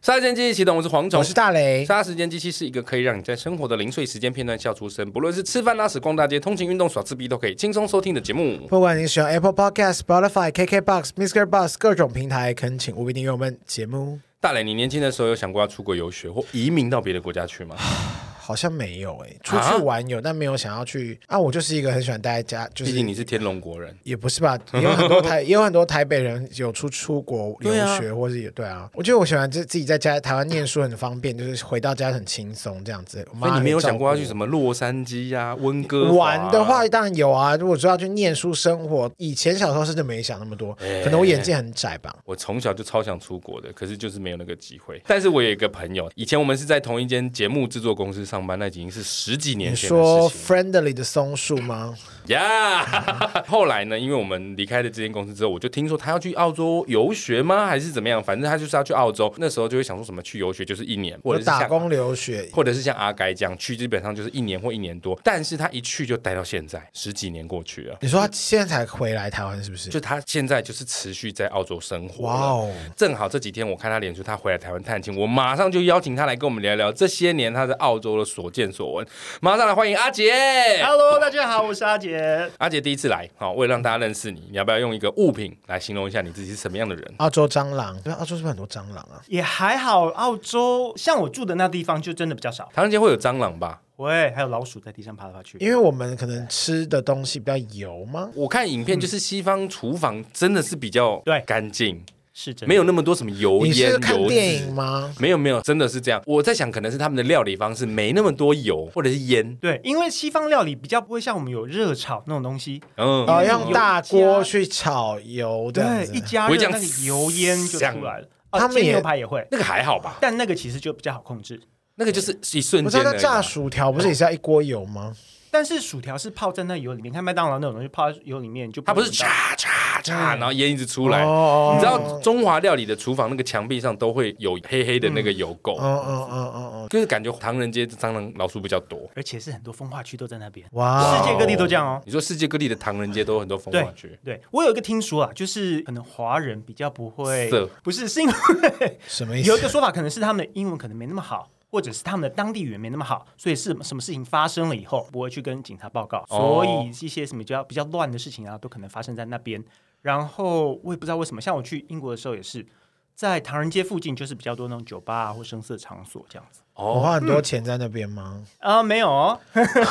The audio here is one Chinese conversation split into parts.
杀时间机器启动，我是蝗虫我是。大雷，杀时间机器是一个可以让你在生活的零碎时间片段笑出声，不论是吃饭、拉屎、逛大街、通勤、运动、耍自闭，都可以轻松收听的节目。不管你使用 Apple Podcast、Spotify、KKBox、Mr. Bus 各种平台，恳请务必订阅我们节目。大磊，你年轻的时候有想过要出国游学或移民到别的国家去吗？好像没有诶、出去玩有，但没有想要去啊。我就是一个很喜欢待在家，就啊毕是竟你是天龙国人。也不是吧，也有很多 台，也有很多台北人有出出国留对啊学，或是也对啊。我觉得我喜欢自自己在家台湾念书很方便，就是回到家很轻松这样子。我所妈以你没有很照想过要顾去我什么洛杉矶呀、温哥华啊玩的话，当然有啊。如果说要去念书生活，以前小时候甚至没想那么多，哎可能我眼界很窄吧。我从小就超想出国的，可是就是没有那个机会。但是我有一个朋友，以前我们是在同一间节目制作公司上班，那已经是十几年你前的事说情 friendly 的松树吗？呀。后来呢，因为我们离开了这间公司之后，我就听说他要去澳洲游学吗？还是怎么样？反正他就是要去澳洲。那时候就会想说什么去游学就是一年，或我者是打像工留学，或者是像阿该这样去，基本上就是一年或一年多。但是他一去就待到现在，十几年过去了。你说他现在才回来台湾是不是？就他现在就是持续在澳洲生活。哇哦！正好这几天我看他脸书，他回来台湾探亲，我马上就邀请他来跟我们聊聊这些年他在澳洲的所见所闻。马上来欢迎阿杰。 Hello，大家好，我是阿杰。阿杰第一次来，好，为了让大家认识你，你要不要用一个物品来形容一下你自己是什么样的人？澳洲蟑螂，对，澳洲是不是很多蟑螂啊？也还好，澳洲像我住的那地方就真的比较少，唐人街会有蟑螂吧？喂，还有老鼠在地上爬来爬去。因为我们可能吃的东西比较油吗？我看影片就是西方厨房真的是比较对干净，是真的没有那么多什么油你烟是看油电脂影。吗？没有没有，真的是这样。我在想，可能是他们的料理方式没那么多油或者是烟，对，因为西方料理比较不会像我们有热炒那种东西，嗯，哦，用大锅油去炒油这样对，子一。加我会热这样那个油烟就出来了。啊啊他们也煎牛排也会，那个还好吧？但那个其实就比较好控制。那个就是一瞬我知间啊道的啊那炸薯条哦不是也是要一锅油吗？但是薯条是泡在那油里面，看麦当劳那种东西泡在油里面你就它不会是闻到嚓嚓嚓，然后烟一直出来。嗯哦你知道中华料理的厨房那个墙壁上都会有黑黑的那个油垢哦，哦哦哦哦，就是感觉唐人街的蟑螂老鼠比较多。而且是很多风化区都在那边，哇世界各地都这样哦。你说世界各地的唐人街都有很多风化区，对我有一个听说啊，就是可能华人比较不会色，不是是因为什么意思？有一个说法，可能是他们的英文可能没那么好，或者是他们的当地语言没那么好，所以是什么事情发生了以后，不会去跟警察报告，哦所以一些什么比较比较乱的事情啊，都可能发生在那边。然后我也不知道为什么，像我去英国的时候也是，在唐人街附近就是比较多那种酒吧啊或声色场所这样子。我哦， 花很多钱在那边吗？啊、没有哦，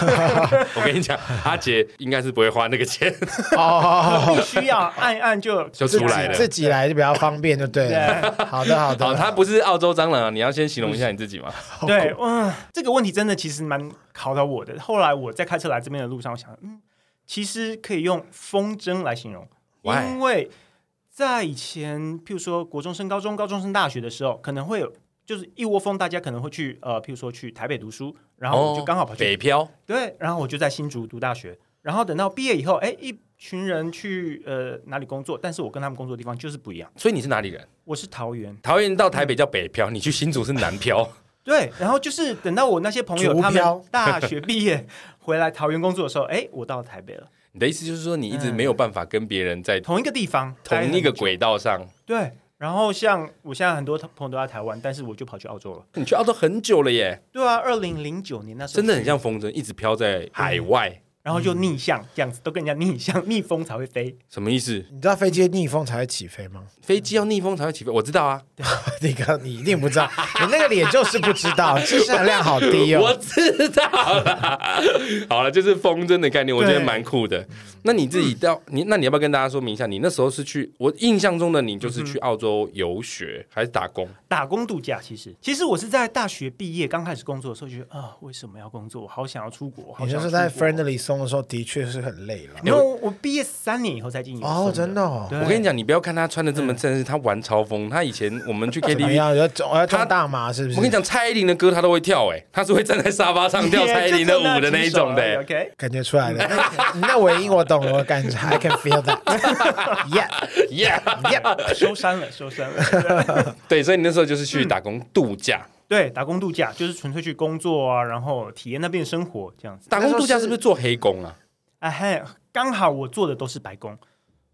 我跟你讲，阿杰应该是不会花那个钱哦，必须要按一按就就自嗯 出己来了。自己来就比较方便，就对了。好的，好哦，的。他不是澳洲蟑螂啊，你要先形容一下你自己嘛。对，嗯，这个问题真的其实蛮考到我的。后来我在开车来这边的路上，我想，嗯，其实可以用风筝来形容， Why？因为在以前，譬如说国中升高中、高中升大学的时候，可能会有就是一窝蜂，大家可能会去呃，譬如说去台北读书，然后我就刚好跑哦去、北漂，对，然后我就在新竹读大学，然后等到毕业以后，哎，一群人去呃哪里工作，但是我跟他们工作的地方就是不一样，所以你是哪里人？我是桃园。桃园到台北叫北漂，你去新竹是南漂。对，然后就是等到我那些朋友竹他漂们大学毕业回来桃园工作的时候，哎，我到台北了，你的意思就是说，你一直没有办法跟别人在同一个地方，嗯待同一很个久轨道上。对。然后像我现在很多朋友都在台湾，但是我就跑去澳洲了。你去澳洲很久了耶，对啊，二零零九年那时候真的很去，像风筝，一直飘在海嗯外，然后就逆向这样子，都跟人家逆向，逆风才会飞。什么意思？你知道飞机逆风才会起飞吗？ 飞机要逆风才会起飞，我知道啊，那个你一定不知道，你那个脸就是不知 道，知识含量好低我哦。知道啦。好了，就是风筝的概念，我觉得对蛮酷的。那你自己到你，那你要不要跟大家说明一下？你那时候是去，我印象中的你就是去澳洲游学还是打工？打工度假，其实其实我是在大学毕业刚开始工作的时候，觉得啊、为什么要工作？我好想要出国，好你就想要是在出国 friendly 松的时候，的确是很累了。没有，我毕业三年以后才进研究生哦，真的哦，对我跟你讲，你不要看他穿的这么正式，他玩超风。他以前我们去怎么 KTV。样？要种要他种大麻是不是？我跟你，讲，蔡依林的歌他都会跳、哎，他是会站在沙发上跳蔡依林的舞的那一种的、 哎 OK，感觉出来了。那你那尾音我懂了，我感觉 I can feel that。Yeah, Yeah， yeah。 收山了，收山 了。对，所以你那时候就是去打工度假，对，打工度假就是纯粹去工作啊，然后体验那边的生活这样子。打工度假是不是做黑工啊？哎嘿，刚好我做的都是白工，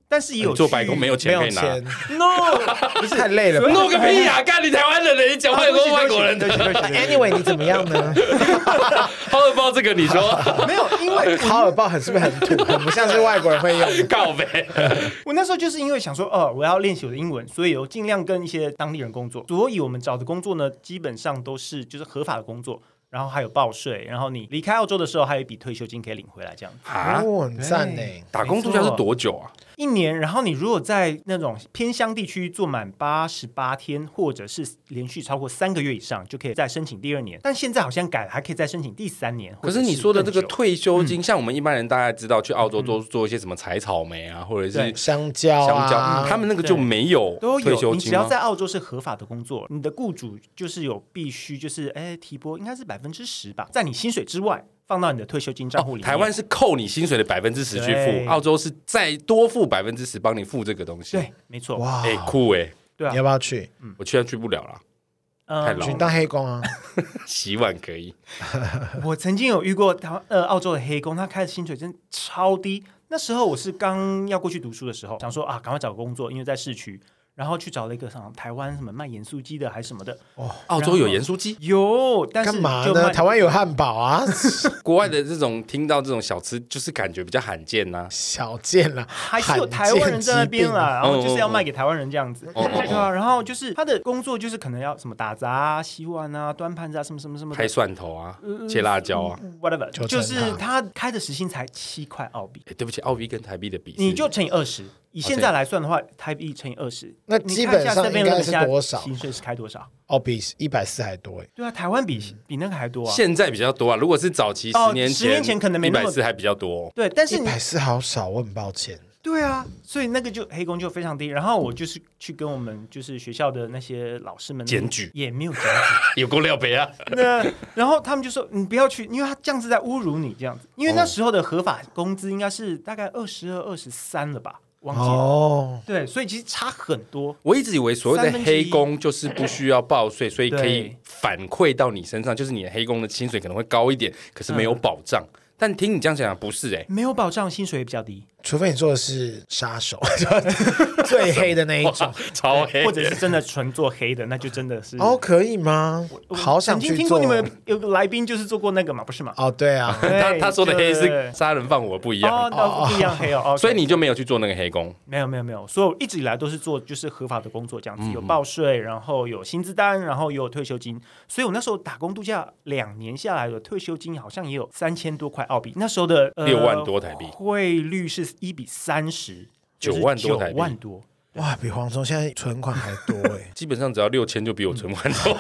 但是也有你做去白宫 没有钱没可有以拿。钱， no，不是太累了吧弄个屁呀、干你台湾人的，你讲话有多外国 人的？ ？Anyway，你怎么 样呢？好耳包这个你说没有，因为好尔报很是不是很土，很不像是外国人会用？告呗？我那时候就是因为想说，哦，我要练习我的英文，所以我尽量跟一些当地人工作。所以我们找的工作呢，基本上都是就是合法的工作，然后还有报税，然后你离开澳洲的时候还有一笔退休金可以领回来，这样 啊，哦，很赞呢。打工度假是多久啊？一年。然后你如果在那种偏乡地区做满八十八天，或者是连续超过三个月以上，就可以再申请第二年。但现在好像改了，还可以再申请第三年。可是你说的这个或者是更久退休嗯金，像我们一般人大概知道去澳洲做做一些什么采草莓啊，或者是对香蕉香啊蕉，，嗯他们那个就对没有都退有，休你只金要吗？在澳洲是合法的工作，你的雇主就是有必须就是哎提拨应该是百分之十吧，在你薪水之外放到你的退休金账户里面。哦台湾是扣你薪水的百分之十去对付，澳洲是再多付百分之十帮你付这个东西。对，没错，哇哎、，酷哎、对啊你要，不要去？我居然去不了啦，太嗯老去了当黑工啊？洗碗可以。我曾经有遇过台湾呃澳洲的黑工，他开的薪水真的超低。那时候我是刚要过去读书的时候，想说啊，赶快找个工作，因为在市区，然后去找了一个像台湾什么卖盐酥鸡的还是什么的，澳洲有盐酥鸡，有，但是哦干嘛就呢？卖台湾有汉堡 啊，国外的这种听到这种小吃，就是感觉比较罕见呐、嗯小件啊啦，还是有台湾人在那边啊啊啦，然罕见疾病后就是要卖给台湾人这样子，哦哦哦哦对啊，然后就是他的工作就是可能要什么打杂啊、洗碗啊、端盘子啊、什么什么什么的拍蒜头啊，嗯切辣椒啊。 ，whatever，就就是正常他开的时薪才七块澳币，哎，对不起，澳币跟台币的比是，哦你就乘以二十，以现在来算的话，台币乘以二十，那你基看一本下上 7-Eleven 应该是现在多少薪水是开多少？哦，比一百四还多哎。对啊，台湾比比那个还多啊。嗯现在比较多啊。如果是早期哦十年前， 10年前可能没一那百么四还比较多。对，但是一你百四好少，我很抱歉。对啊，所以那个就黑工就非常低。然后我就是去跟我们就是学校的那些老师们检举也没有检举，有够料杯啊！那然后他们就说你不要去，因为他这样子在侮辱你这样子。因为哦那时候的合法工资应该是大概二十二、二十三了吧，忘记了。哦，对，所以其实差很多。 我一直以为所谓三的分之黑一工就是不需要报税，所以可以对反馈到你身上，就是你的黑工的薪水可能会高一点，可是没有保障。但听你这样讲，不是哎、没有保障，薪水也比较低，除非你做的是杀手， 最黑的那一 种。 超黑或者是真的纯做黑的，那就真的是。哦，可以吗？好想曾经去听做过。你们有个来宾就是做过那个嘛，不是吗？哦，对 啊，他他说的黑是对杀人放火不一样，哦，那不一样 黑哦。哦，所以你就没有去做那个黑工。没有没有没有，所以我一直以来都是做就是合法的工作，这嗯样子有报税，然后有薪资单，然后也有退休金。所以我那时候打工度假两年下来的退休金好像也有三千多块澳币，那时候的呃6万多台币汇率是一比三十， 9万多台币，九万多。哇，比黄忠现在存款还多哎 基本上只要六千就比我存款多，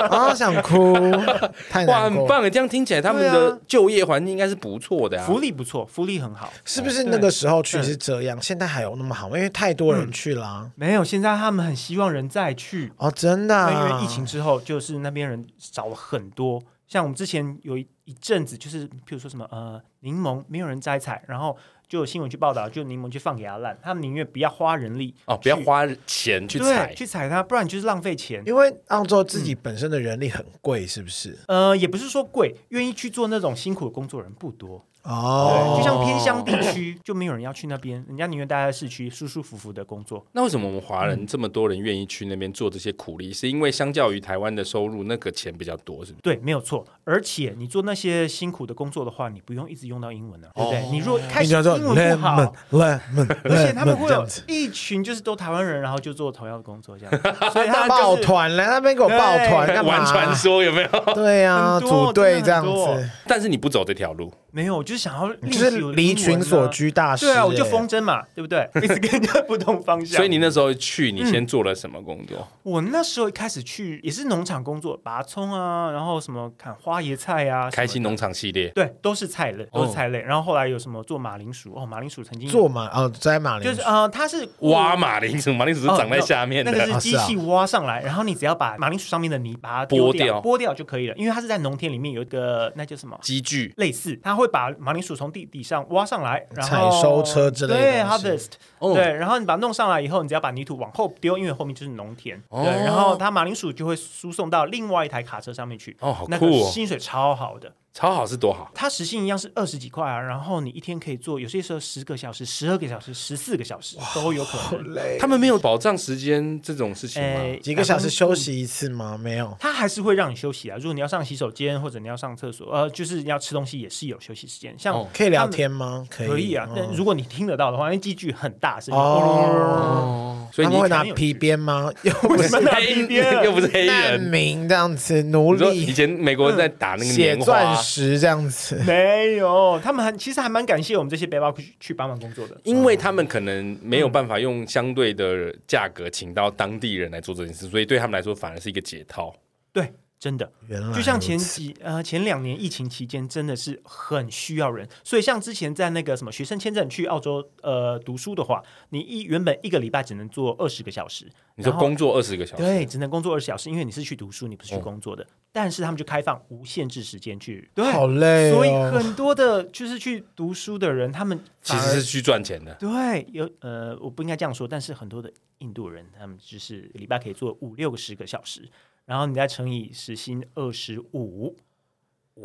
啊，想哭， 太哇，难很啊过。棒哎！这样听起来他们的就业环境应该是不错的啊。福利不错，福利很好。是不是那个时候去嗯是这样？现在还有那么好吗？因为太多人去啦、没有，现在他们很希望人再去，哦，真的、那啊，因为疫情之后，就是那边人少了很多。像我们之前有一一阵子，就是譬如说什么呃，柠檬没有人摘采，然后就有新闻去报道，就柠檬去放给阿烂，他们宁愿不要花人力哦，不要去花钱去对采，去采它，不然就是浪费钱。因为澳洲自己本身的人力很贵，是不是？呃，也不是说贵，愿意去做那种辛苦的工作人不多，哦，就像偏乡地区就没有人要去那边，人家宁愿待在市区，舒舒服服的工作。那为什么我们华人这么多人愿意去那边做这些苦力？是因为相较于台湾的收入，那个钱比较多，是不是？对，没有错。而且你做那些辛苦的工作的话，你不用一直用到英文了、啊对不对？你如果开哦你始叫做英文不好 lemon，，lemon， 而且他们 lemon 会这有样子一群就是都台湾人，然后就做同样的工作这样，所以他那们就抱是团来那边给我抱团干嘛？玩传说有没有？对啊，很多组队这样真的很子， 但是你不走这条路，没有，我就是想要你练就习是我的英文啊离群所。居大师、对啊，我就哎风筝嘛，对不对？一直跟人家不同方向。所以你那时候去，你先做了什么工作？我那时候一开始去也是农场工作，拔葱啊，然后什么砍花椰菜啊，什么的开心。农场系列，对，都是菜类，哦都是菜类。然后后来有什么做马铃薯哦，马铃薯曾经有做马哦，摘马铃就薯是呃，它是哦挖马铃薯，马铃薯哦是长在下面那的。个是啊机是啊器挖上来，然后你只要把马铃薯上面的泥把它剥丢掉剥掉就可以了，因为它是在农田里面有一个那叫什么机具类似，他会把马铃薯从地底上挖上来，然后采收车之类的对东西，harvest，、哦对，然后你把它弄上来以后，你只要把泥土往后丢，因为后面就是农田，哦对，然后它马铃薯就会输送到另外一台卡车上面去。哦，好那个酷哦！薪水超好的，超好是多好，它时薪一样是二十几块啊，然后你一天可以做，有些时候十个小时、十二个小时、十四个小时都有可能。累他们没有保障时间这种事情吗？哎，几个小时休息一次吗？没有。它还是会让你休息啊。如果你要上洗手间或者你要上厕所，呃，就是你要吃东西也是有休息时间。像、哦可以聊天吗？可以可以啊，但哦如果你听得到的话，因为机具很大声。哦 哦，所以他你们会拿很有皮趣鞭 吗？又不为是什么拿 黑皮鞭又不是黑难人，民这样子，奴你说以隶前美国人在打那个写棉花钻。石这样子。没有，他们很其实还蛮感谢我们这些背包客去去帮忙工作的。因为他们可能没有办法用相对的价格请到当地人来做这件事，所以对他们来说反而是一个解套。对，真的，原来就像前如此几呃前两年疫情期间，真的是很需要人。所以像之前在那个什么学生签证去澳洲呃读书的话，你一原本一个礼拜只能做二十个小时，你说然后工作二十个小时，对，只哦能工作二十小时，因为你是去读书，你不是去工作的。但是他们就开放无限制时间去，对，好哎累哦所以很多的就是去读书的人，他们其反实而是去赚钱的。对，有呃，我不应该这样说，但是很多的印度人，他们就是礼拜可以做五六个十个小时，然后你再乘以时薪二十五，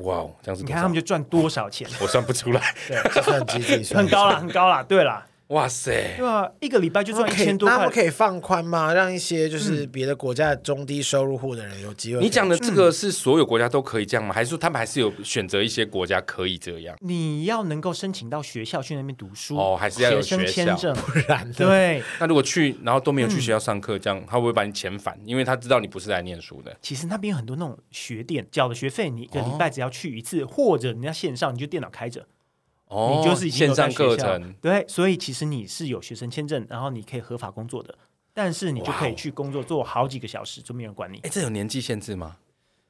哇哦，这样是你多看他少们？就赚多 少钱，我算不出来。计算机自己算很高啦，很高啦，对啦，哇塞，对啊，一个礼拜就那赚一可以千多那他块们，可以放宽吗？让一些就是别的国家的中低收入户的人有机会可以。你讲的这个是所有国家都可以这样吗？还是说他们还是有选择一些国家可以这样？你要能够申请到学校去那边读书哦还是要有学生学签校证，不然的，对。那如果去，然后都没有去学校上课，这样他会不会把你遣返？因为他知道你不是来念书的。其实那边有很多那种学店缴的学费，你一个礼拜只要去一次，或者你要线上，你就电脑开着，哦，你就是已经线有在上课学校程。。对，所以其实你是有学生签证，然后你可以合法工作的，但是你就可哇哦以去工作做好几个小时，就没人管你哎，。这有年纪限制吗？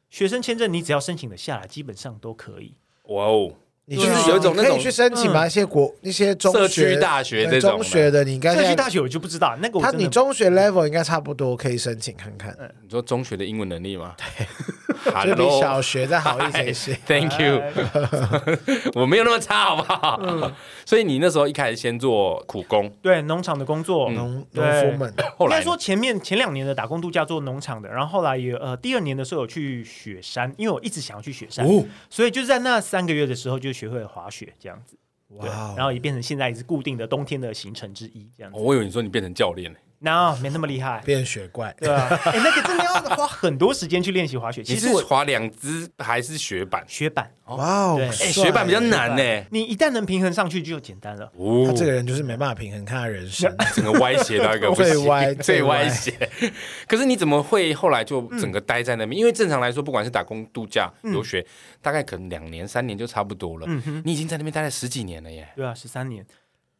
学生签证你只要申请的下来，基本上都可以。哇哦，你就是啊去有一种那可种以去申请吧，一些国一些中社学区大学对这种的中学的，你应该社区现在大学我就不知道那个我他真的你中学 level 应该差不多可以申请看看，你说中学的英文能力吗？ 就比 Hello 小学再好一些些。 Thank you，我没有那么差，好不好？所以你那时候一开始先做苦工，对农场的工作。农对农夫们，嗯后应来该呢说前面前两年的打工度假做农场的，然后后来也呃第二年的时候有去雪山，因为我一直想要去雪山，哦，所以就在那三个月的时候就学会了滑雪这样子。哇对，哦，然后也变成现在也是固定的冬天的行程之一，这样子。我以为你说你变成教练呢，那、no, 没那么厉害，变雪怪，对啊， 哎，那个真 的要花很多时间去练习滑雪。你其是实我滑两只还是雪板？雪板，哇哦对，哎，帅雪板比较难呢。你一旦能平衡上去就简单了。哦他这个人就是没办法平衡他的人 生，啊整个歪斜到一个不行最歪 最最歪歪斜。可是你怎么会后来就整个待在那边？因为正常来说，不管是打工、度假、游学，大概可能两年、三年就差不多了。你已经在那边待了十几年了耶！对啊，十三年，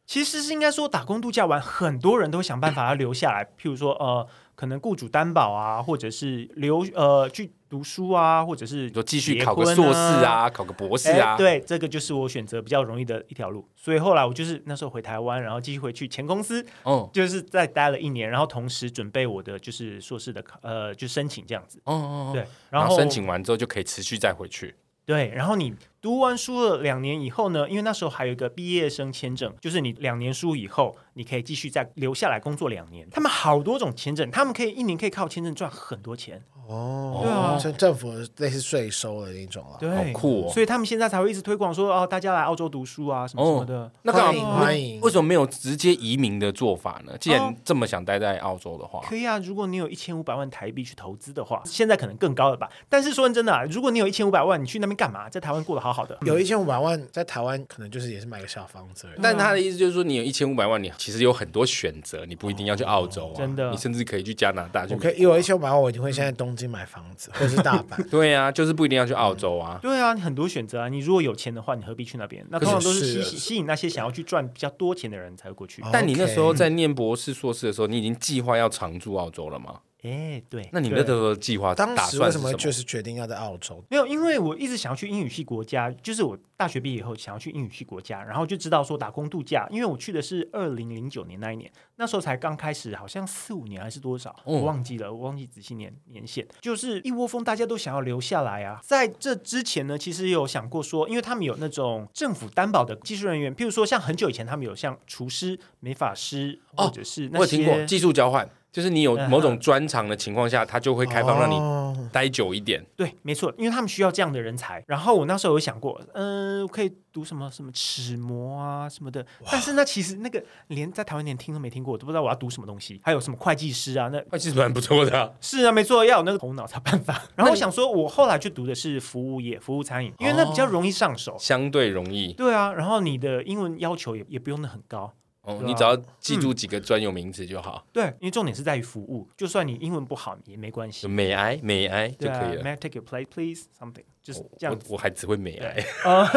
其实是应该说打工度假完，很多人都想办法要留下来，譬如说呃，可能雇主担保啊，或者是留呃去读书啊，或者是你说继续结考个婚硕士。啊，考个博士哎啊，对，这个就是我选择比较容易的一条路，所以后来我就是那时候回台湾，然后继续回去前公司，哦就是再待了一年，然后同时准备我的就是硕士的考呃，就申请这样子。哦哦哦，对，然后后申请完之后就可以持续再回去。对，然后你读完书了两年以后呢，因为那时候还有一个毕业生签证，就是你两年书以后，你可以继续再留下来工作两年。他们好多种签证，他们可以一年可以靠签证赚很多钱。哦，对啊像政府类似税收的那种啊，对，好酷哦所以他们现在才会一直推广说哦，大家来澳洲读书啊什么哦什么的。那干欢迎嘛哦欢迎为什么没有直接移民的做法呢？既然这么想待在澳洲的话，可以啊，如果你有一千五百万台币去投资的话，现在可能更高了吧？但是说真的啊，如果你有一千五百万，你去那边干嘛？在台湾过得好好的，有一千五百万在台湾可能就是也是买个小房子而已。但他的意思就是说，你有一千五百万，你其实有很多选择，你不一定要去澳洲啊，真的你甚至可以去加拿大去我美可国。以有一千五百万，我一定会先在东京买房子，或者是大阪。对啊，就是不一定要去澳洲啊。对啊，你很多选择啊。你如果有钱的话，你何必去那边？那可是通常都是是吸吸吸引那些想要去赚比较多钱的人才会过去 哦。但你那时候在念博士、硕士的时候，你已经计划要常驻澳洲了吗？哎，对，嗯那你那对时候的计划当打时算为是什什么么？就是决定要在澳洲？没有，因为我一直想要去英语系国家，就是我大学毕业以后想要去英语系国家，然后就知道说打工度假，因为我去的是二零零九年那一年，那时候才刚开始，好像四五年还是多少，嗯我忘记了，我忘记仔细年年限，就是一窝蜂大家都想要留下来啊。在这之前呢，其实也有想过说，因为他们有那种政府担保的技术人员，譬如说像很久以前他们有像厨师、美发师，哦或者是我有那些听过技术交换，就是你有某种专长的情况下，他就会开放让你哦待久一点。对，没错，因为他们需要这样的人才。然后我那时候有想过，嗯、我可以读什么什么齿模啊什么的，但是那其实那个连在台湾连听都没听过，我都不知道我要读什么东西。还有什么会计师啊，那那哎其实蛮不错的啊、是啊，没错，要有那个头脑才有办法。然后我想说，我后来就读的是服务业，服务餐饮，因为那比哦较容易上手。相对容易。对啊，然后你的英文要求也也不用的很高。哦，对啊嗯你只要记住几个专有名词就好，对，因为重点是在于服务，就算你英文不好也没关系就。美哀美哀就对啊可以，May 了。哦 I take your plate, please? Something，就是这样我子。我还只会美 哀，啊，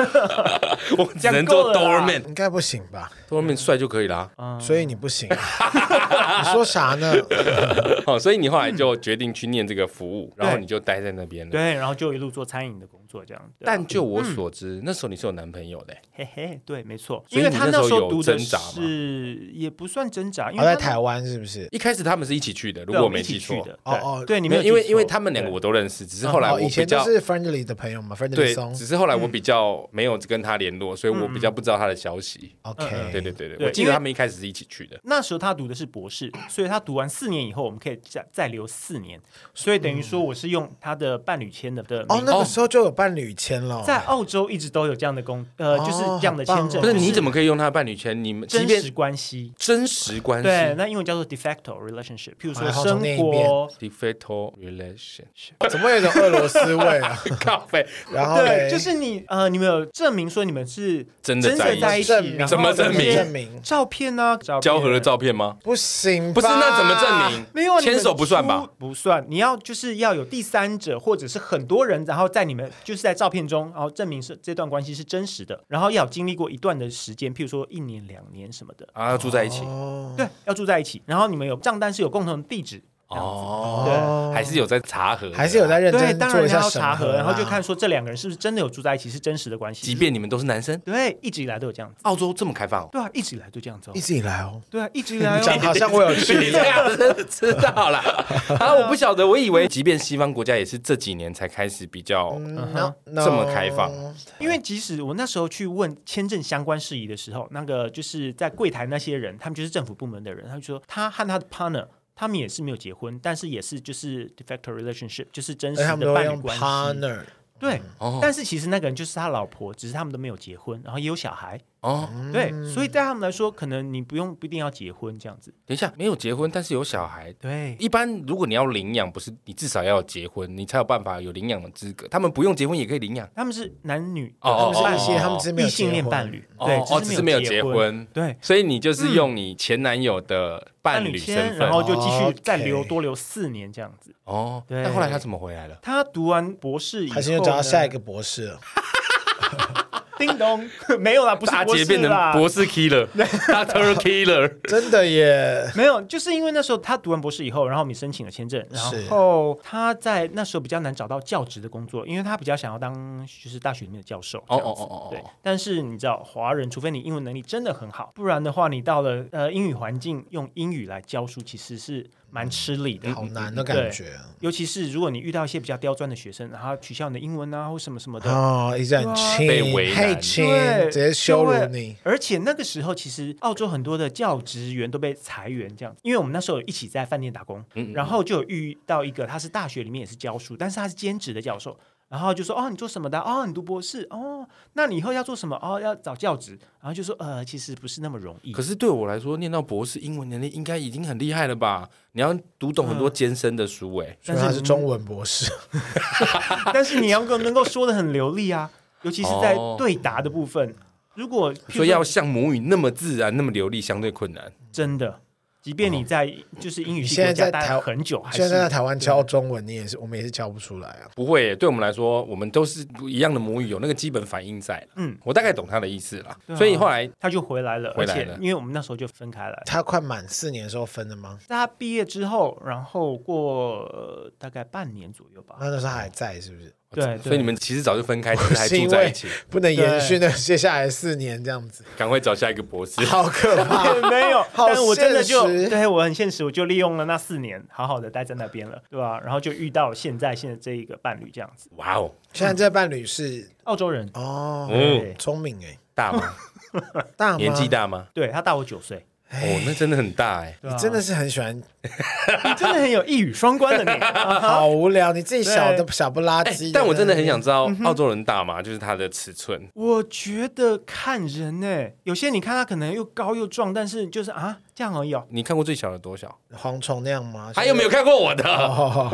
我 只能做讲够了啦 doorman，doorman 应该不行吧？帅就可以啊啦。嗯所以你不行，啊 你说啥呢？哦，所以你后来就决定去念这个服务，然后你就待在那边了。嗯对，然后就一路做餐饮的工作这样。对啊但就我所知，嗯那时候你是有男朋友的欸，嘿嘿，对，没错，所以因为你他那时候时候有读的挣扎吗是也不算挣扎，因我为哦在他台湾是不是？一开始他们是一起去的，如对果我我们没一起记去错。的，哦哦对对，你没有，没有因为记错因为他们两个对我都认识，只是后来哦我以比前都较是 friendly 的朋友嘛，friendly 对，松只是后来我比较没有跟他联络，所以我比较不知道他的消息。 ，OK，嗯对对对对，嗯对我记因得为他们一开始是一起去的。那时候他读的是博士，所以他读完四年以后，我们可以再再留四年，所以等于说嗯我是用他的伴侣签的的哦，名那个时候就有伴侣签了，在澳洲一直都有这样的工，呃，哦就是这样的好棒签证，哦不是，你怎么么可以用他的伴侣圈？你们即真便实关系？真实关系对，那英文叫做 de facto relationship，譬如说哦好好生从那一活， d e f a c t o relationship，怎么有一种俄罗斯味啊？ 靠背，然后嘞对，就是你呃，你们有证明说你们是真的在一在起一证起，明然后怎么证那些证明照片啊呢？照片交合的照片吗？不行不吧，是，那怎么证明？没有啊牵手不算？你们吧？出不算，你要就是要有第三者或者是很多人，然后在你们就是在照片中，然后证明是这段关系是真实的，然后要有经历过一段的时间，譬如说一年、两年什么的，啊，要住在一起哦对，要住在一起，然后你们有账单是有共同的地址，这样子哦，哦还是有在查核，啊还是有在。认对，真当做然一下要审啊查核，啦然后就看说这两个人是不是真的有住在一起，是真实的关系。即便你们都是男生，对，一直以来都有这样子，澳洲这么开 放哦，对啊，一直以来都这样子、哦一，直以来哦，对啊，一直以来、 讲哦。好像我有去 你一这样。样子知道 啦。啊，我不晓得，我以为即便西方国家也是这几年才开始比较嗯 No，哼 no 这么开放因为即使我那时候去问签证相关事宜的时候，那个就是在柜台那些人，他们就是政府部门的人，他们就说他和他的 partner。他们也是没有结婚，但是也是就是 de facto relationship，就是真而实哎且他们的都会伴侣用关系。 partner，对，哦但是其实那个人就是他老婆，只是他们都没有结婚，然后也有小孩。哦。对，所以对他们来说，可能你不用不一定要结婚这样子。等一下，没有结婚，但是有小孩。对，一般如果你要领养，不是你至少要有结婚，你才有办法有领养的资格。他们不用结婚也可以领养。他们是男女，哦他是们是伴一些他们只是没有异性恋结婚伴侣，对哦，哦，只是没有结婚。婚，对，所以你就是用你前男友的伴嗯伴侣侣身签，份。然后就继哦续，OK 再留多留四年这样子。哦，对那后来他怎么回来了？他读完博士以后还呢，是要找到下一个博士啊了。叮咚， 没有啦，不是大博姐士变成啦，博士 killer，Doctor killer。真的耶，没有，就是因为那时候他读完博士以后，然后我们申请了签证，然是后他在那时候比较难找到教职的工作，因为他比较想要当就是大学里面的教授。哦这样子哦哦哦哦对。但是你知道，华人除非你英文能力真的很好，不然的话，你到了呃英语环境用英语来教书，其实是蛮吃力的。嗯好难的感觉啊尤其是如果你遇到一些比较刁钻的学生，然后取笑你的英文啊或什么什么的，哦，一直很亲，被为难嘿亲，对，直接羞辱你。。而且那个时候，其实澳洲很多的教职员都被裁员，这样，因为我们那时候一起在饭店打工，嗯然后就有遇到一个，他是大学里面也是教书，但是他是兼职的教授。然后就说哦，你做什么的？哦，你读博士哦，那你以后要做什么？哦，要找教职。然后就说呃，其实不是那么容易。可是对我来说，念到博士，英文能力应该已经很厉害了吧？你要读懂很多嗯艰深的书，哎，所以他是中文博士，但是你要够能够说的很流利 啊，尤其是在哦对答的部分。如果譬如所以要像母语那么自然、那么流利，相对困难。真的，即便你在就是英语系现在国家在待台了很久，还是现在在台湾教中文，你也是，我们也是教不出来啊。不会耶，对我们来说，我们都是不一样的母语，有那个基本反应在了。嗯嗯，我大概懂他的意思了。对啊所以后来他就回来了，回来而了且因为我们那时候就分开了。他快满四年的时候分的吗？在他毕业之后，然后过、呃大概半年左右吧。那那时候他还在是不是？对，所以你们们其实早就分开，只是还是住因在一为起。不能延续那接下来四年这样子，赶快找下一个博士。好可 怕。 没有， 好但是我真的就现实对我很现实，我就利用了那四年，好好的待在那边了，对吧、然后就遇到现在现在这一个伴侣这样子，哇哦，现在这伴侣是澳洲人，哦，嗯对，聪明哎，大吗？大吗哎年纪，大吗？对他大我九岁，哦，那真的很大哎、对啊你真的是很喜欢，你真的很有一语双关的你。 好无聊，你自己小的对小不拉啊哎几。但我真的很想知道嗯澳洲人大吗？就是它的尺寸。我觉得看人呢、有些你看他可能又高又壮，但是就是啊这样而已哦。你看过最小的多小？蝗虫那样吗？还有没有看过我嗯的？哦？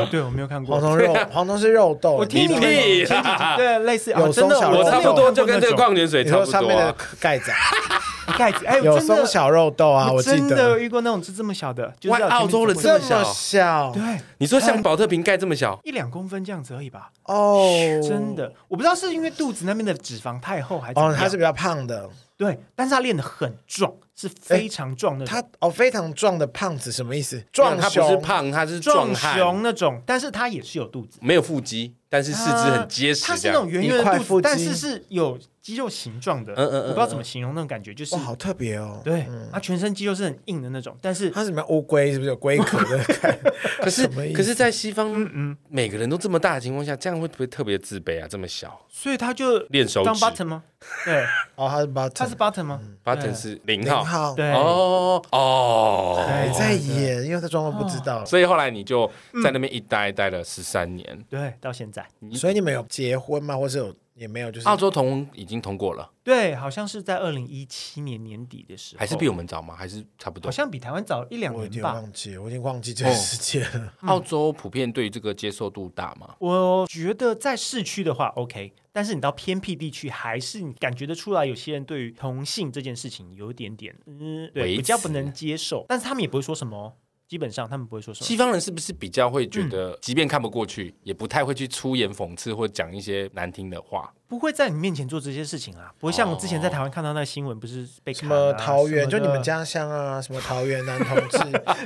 哦对，我没有看蝗过。虫肉，蝗虫是肉豆。我听你们你屁前几集对类似啊有真的松小 我肉差不多就 跟这个罐矿泉水你差说不上面多的啊。盖子啊，盖子，哎，有真的松小肉豆啊，我我记真的有得遇过那种是这么小的，就哇是在我前面澳洲的走过这这的么么小小对你说像保特瓶盖这么哎小？一两公分这样子而已吧。哦，真的，我不知道是因为肚子那边的脂肪太厚还是怎么哦，样它是比较胖的，对，但是他练得很壮，是非常壮的，它哦非常壮的胖子什么意思？壮他不是熊胖，他是壮汉，熊那种，但是他也是有肚子，没有腹肌，但是四肢啊很结实他是这那样种。圆圆的一块肚腹子，肌但是是有肌肉形状的，嗯嗯嗯我不知道怎么形容那种感觉，就是哇，好特别哦。对，他全身肌肉是很硬的那种，但是它是什么乌龟？是不是有龟壳的 感觉？可是什么意思可是，在西方嗯，每个人都这么大的情况下，这样会不会特别自卑啊？这么小，所以他就练手当指 button 吗？对，哦，它是 button，他是 button 吗？ ，button 是零零号。号。对，哦哦，还对在演，因为他装作不知道。所以后来你就在那边一待待了十三年。对，到现在，你所以你们有结婚吗？或者有也没有？就是澳洲同婚已经通过了，对，好像是在二零一七年年底的时候，还是比我们早吗？还是差不好多？像比台湾早一两我有年点吧。忘记，我已经忘记这个世界了。澳洲普遍对于这个接受度大吗？我觉得在市区的话 OK，但是你到偏僻地区，还是你感觉得出来，有些人对于同性这件事情有一点点，嗯，维对，持比较不能接受，但是他们也不会说什么，基本上他们不会说什么。西方人是不是比较会觉得，即便看不过去，也不太会去出言讽刺或讲一些难听的话？不会在你面前做这些事情啊，不会像我之哦前在台湾看到那个新闻，不是被什砍啊么 桃园，什就么的你们家乡啊，什么桃园男同志，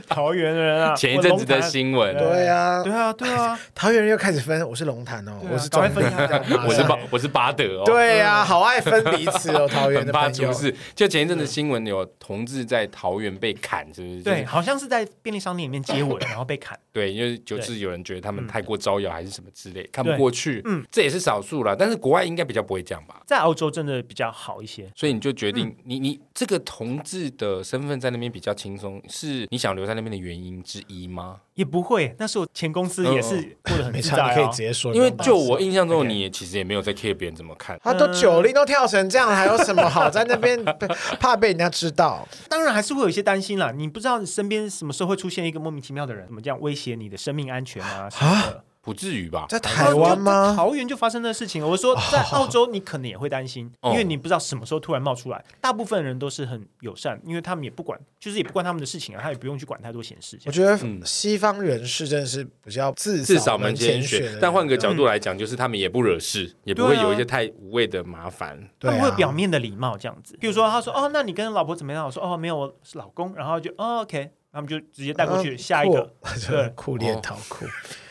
桃园人 啊，前一阵子的新，新闻，对啊，对啊，对 啊，桃园人又开始分，我是龙潭哦，对啊 我是赶快中立分开来马上我是巴我是巴德哦，，对啊，好爱分彼此哦，桃园 很的怕朋出友。事。就前一阵子新闻有同志在桃园被砍，是不是？就是对，好像是在便利商店里面接 吻，然后被砍。对，因为就是有人觉得他们太过招摇还是什么之类，看不对过去，嗯嗯，这也是少数啦。但是国外应该比较不会这样吧？在澳洲真的比较好一些。所以你就决定，你你这个同志的身份在那边比较轻松，是你想留在那边的原因之一吗？也不会，那时候前公司也是过得很没自差，在你可以哦直。接说。因为你不用就担心我印象中，你也其实也没有在 care 别人怎么看。他都九零都跳成这样了，还有什么好在那边 怕被人家知道？当然还是会有一些担心啦，你不知道你身边什么时候会出现一个莫名其妙的人，怎么这样威胁你的生命安全啊什么的。不至于吧？在台湾然后就在吗？哦桃园就发生的事情了。我说在澳洲，你可能也会担心，哦因为你不知道什么时候突然冒出来。大部分人都是很友善，因为他们也不管，就是也不关他们的事情啊，他也不用去管太多闲事。我觉得西方人士真的是比较嗯自至少门门前选雪的，，啊但换个角度来讲，就是他们也不惹事，也不会对啊有一些太无谓的麻烦。 对他啊嗯们会表面的礼貌这样子，比如说他说哦，那你跟老婆怎么样？我说哦，没有，我是老公。然后就哦，OK，他们就直接带过去、嗯下一个。酷对酷练桃酷，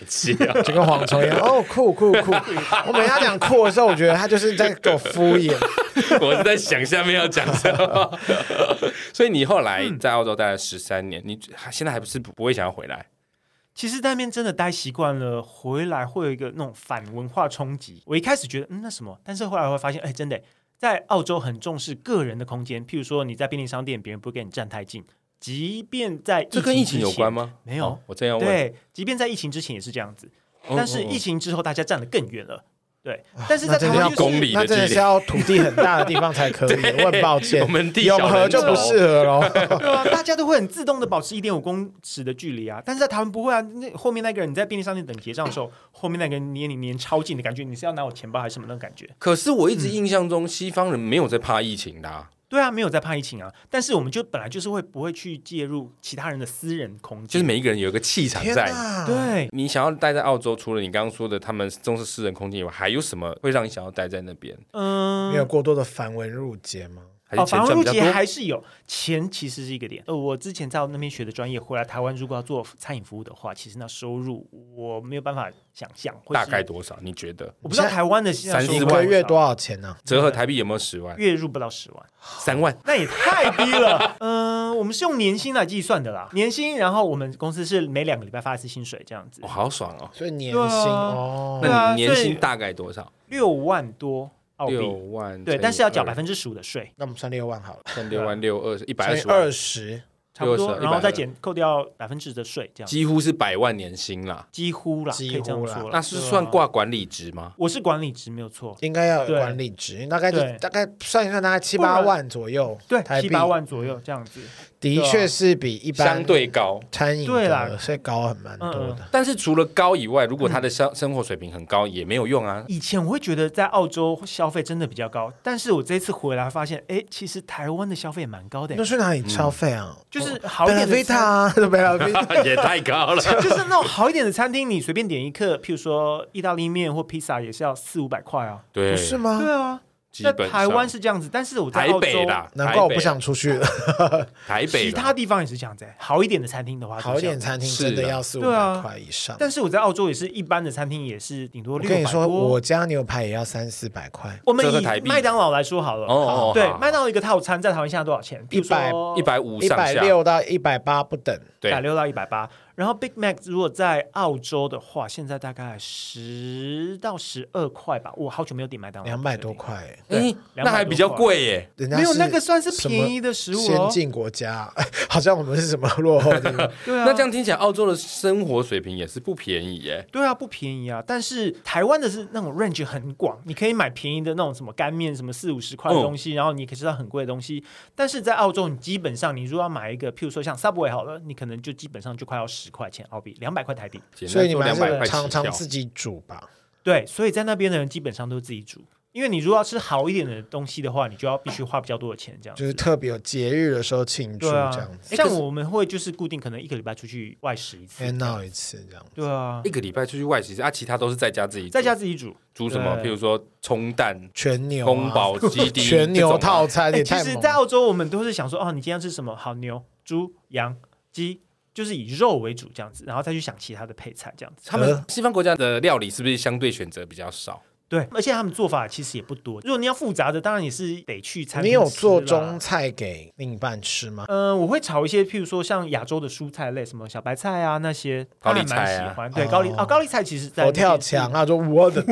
是啊就跟蝗虫一样。哦，酷酷酷！ 我每次他讲酷的时候，我觉得他就是在给我敷衍。 我是在想下面要讲什么。 嗯所以你后来在澳洲待了十三年，你现在还不是不会想要回来？其实在那边真的待习惯了，回来会有一个那种反文化冲击。我一开始觉得嗯那什么，但是后来会发现，哎，真的在澳洲很重视个人的空间，譬如说你在便利商店，别人不会跟你站太近，即便在这跟疫情之有前关？吗？没有哦我正要问。对，即便在疫情之前也是这样子，哦但是疫情之后大家站得更远了。对， 啊但是在那真台的湾要就是公理那真的是要土地很大的地方才 可以。我很抱歉，我们地小永人和就不稠适合 喽。对啊，大家都会很自动的保持一点五公尺的距离啊，但是在台湾不会啊。那后面那个人你在便利商店等结账的时候，后面那个人捏你捏超近的感觉，你是要拿我钱包还是什么那种感觉？可是我一直印象中，西方人没有在怕疫情的、啊，对啊，没有在怕疫情啊，但是我们就本来就是会不会去介入其他人的私人空间，就是每一个人有一个气场天在。哪！对。你想要待在澳洲，除了你刚刚说的他们重视私人空间以外，还有什么会让你想要待在那边？嗯，没有过多的繁文缛节吗？还哦，是反钱而赚入比较籍多？还是有钱，其实是一个点。呃，我之前在那边学的专业，回来台湾如果要做餐饮服务的话，其实那收入我没有办法想象，会大是概多少？你觉得我不知道台湾的现在三收四一入万多少个月多少钱啊呢？折合台币有没有十万？月入不到十万。三万？那也太低了。 嗯、我们是用年薪来计算的啦，年薪，然后我们公司是每两个礼拜发一次薪水，这样子哦，，好爽哦！所以年对薪啊哦，对啊那你年所以薪大概多少？六万多澳六币。万乘以二，对，但是要缴百分之十五的税。那我们算六万好了，之六万六二一百二乘以十万，十，差不60多， 120然后再减扣掉百分之的税，这样几乎是百万年薪啦。几乎啦，可几乎以这样啦说啦那是对啊算挂管理职吗？我是管理职没有错，应该要有对管理值，大概就对大概算一算，大概七不然八万左右，对，台七币八万左右这样子。的确是比一般相对高，餐饮对啦嗯的是高很蛮多的。但是除了高以外，如果他的生生活水平很高，也没有用 啊。以前我会觉得在澳洲消费真的比较高，但是我这次回来发现，哎，其实台湾的消费也蛮高的欸你都，去哪里消费啊？嗯就是好一贝拉点维的塔餐，啊，贝拉维塔。也太 高了，就是那种好一点的餐厅，你随便点一客，譬如说意大利面或披萨也是要四五百块啊。对，不是吗？对啊，基那本上台湾是这样子，但是我在台澳洲北啦，难怪我台不北，想出去了。台北其啦他地方也是这样子、欸，好一点的餐厅的话，好一点。餐厅是啊真的要四五对百啊块以上。但是我在澳洲也是一般的餐厅，也是顶多我六跟百你多。说，我家牛排也要三四百块，我们折合台以币麦当劳来说好了，哦哦对好，麦当劳一个套餐在台湾现在多少钱？比如说一百五一上百下，六到一百八不等。对百六到一百八。然后 Big Mac 如果在澳洲的话，现在大概十到十二块吧。我好久没有点麦当劳，两百多。块，欸诶200那还比较贵耶。人家没有是那个算是什么便宜的食物先哦。进国家， 好像我们是什么落后地 方？对啊，那这样听起来，澳洲的生活水平也是不便宜耶。对啊，不便宜啊。但是台湾的是那种 range 很广，你可以买便宜的那种什么干面，什么四五十块的嗯东西，然后你可以吃到很贵的东西。但是在澳洲，你基本上你如果要买一个，譬如说像 Subway 好了，你可能就基本上就快要十块钱澳币，两百块台币。所以你们还两百块是起常常跳自己煮吧？对，所以在那边的人基本上都是自己煮，因为你如果要吃好一点的东西的话，你就要必须花比较多的钱这样就子。是特别有节日的时候庆祝对这啊样，子，哎诶像我们会就是固定可能一个礼拜出去外食一次先。闹一次这样。对啊，一个礼拜出去外食，啊，其他都是在家自己在家自己煮。煮什么？对譬如说葱蛋、全牛啊、宫保鸡 丁、啊全牛套餐哎也其太实，猛在了。澳洲，我们都是想说，哦，你今天要吃什么？好，牛、猪、羊、鸡，就是以肉为主这样子，然后再去想其他的配菜这样子。他们西方国家的料理是不是相对选择比较少？对，而且他们做法其实也不多。如果你要复杂的，当然也是得去餐你厅。有做中？菜给另一半吃吗？嗯、我会炒一些，譬如说像亚洲的蔬菜类，什么小白菜啊那些，高丽他还蛮菜啊喜欢。对，哦高丽哦，高丽菜其实在佛那跳边是墙，啊，说我 的，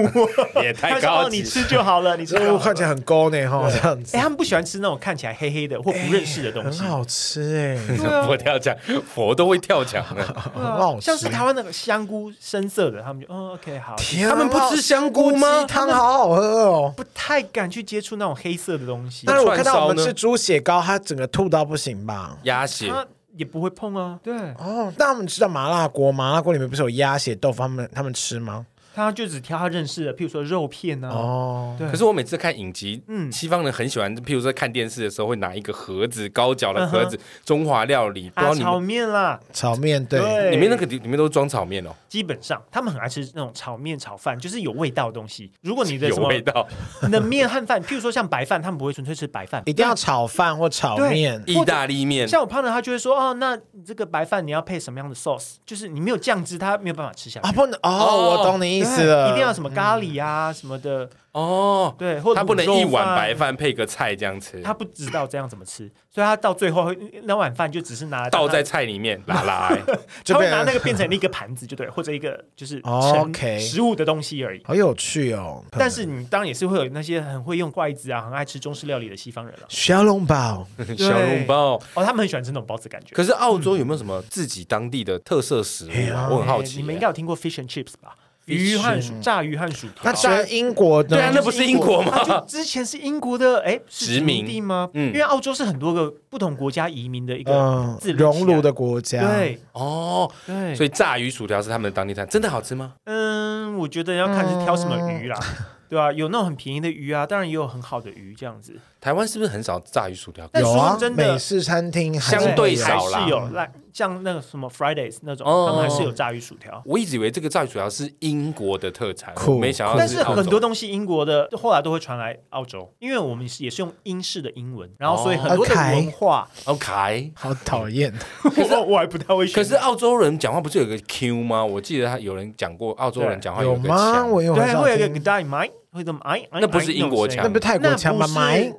也他太说高哦，级你了。 吃就好了，你吃这 就好看了。起来很高呢哈，这样子 哎，他们不喜欢吃那种看起来黑黑的或不认识的东很西。好吃哎，对啊佛跳墙，佛都会跳墙了。对很好啊，吃像是台湾那个香菇深色的，他们就嗯 OK 好，天啊他们不吃香菇老吗鸡？汤好好喝哦。不太敢去接触那种黑色的东西。但是我看到我串烧们呢吃猪血糕，他整个吐到不行吧？鸭血他也不会碰啊，对，哦，那我们知道麻辣锅，麻辣锅里面不是有鸭血豆腐，他们他们吃吗？他就只挑他认识的，譬如说肉片啊，哦，对。可是我每次看影集，嗯西方人很喜欢，譬如说看电视的时候会拿一个盒子，高脚的盒子，中华料理，不知嗯啊，道你炒们面啦，炒面对，对里面那个里面都是装炒面哦，基本上他们很爱吃那种炒面、炒饭，就是有味道的东西。如果你的有什么味道。你的面和饭，譬如说像白饭，他们不会纯粹吃白饭，一定要炒饭或炒对面。意大利面，像我胖的，他就会说哦，那你这个白饭你要配什么样的 sauce？就是你没有酱汁，他没有办法吃下去。啊，不能哦，哦我懂你意思对了，一定要什么咖喱啊什么的，哦，对，或者嗯他不能卤肉一碗饭白，饭配个菜这样吃，他不知道这样怎么吃，所以他到最后会那碗饭就只是拿来倒当他在菜里面，拉 拉、欸。他就会变拿那个变成一个盘子，就对，或者一个就是哦盛 OK 食物的东西而已。好有趣哦。但是你当然也是会有那些很会用筷子啊，很爱吃中式料理的西方人了、小笼 包，小笼包。哦，他们很喜欢吃那种包子感觉。可是澳洲有没有什么自己当地的特色食物、哎呀啊？我很好奇、哎你们应欸该有听过 fish and chips 吧？鱼和薯炸鱼和薯条。那在英国呢？对 啊，那不是英国啊吗？就之前是英国的哎是殖殖民民地吗？嗯因为澳洲是很多个不同国家移民的一个嗯自，立起来熔炉的国家，，对哦，对，所以炸鱼薯条是他们的当地菜，真的好吃吗？嗯，我觉得要看是挑什么鱼啦，嗯对吧、有那种很便宜的鱼啊，当然也有很好的鱼这样子，台湾是不是很少炸鱼薯条？但有说啊，真的美式餐厅还是相对有少啦还是有那像那个什么 Fridays 那种，哦他们还是有炸鱼薯条。我一直以为这个炸鱼薯条是英国的特产，酷我没想到但是澳洲很多东西英国的后来都会传来澳洲，因为我们是也是用英式的英文，然哦后所以很多的文化， OK。好讨厌。 我我还不太会选。哦可是澳洲人讲话不是有个 Q 吗？我记得他有人讲过，澳洲人哎讲话有个吗？腔，我有很对，少会有一听个 die m i 会这么哎，哎那不是英国哎腔那不是泰国腔吗？那不买是，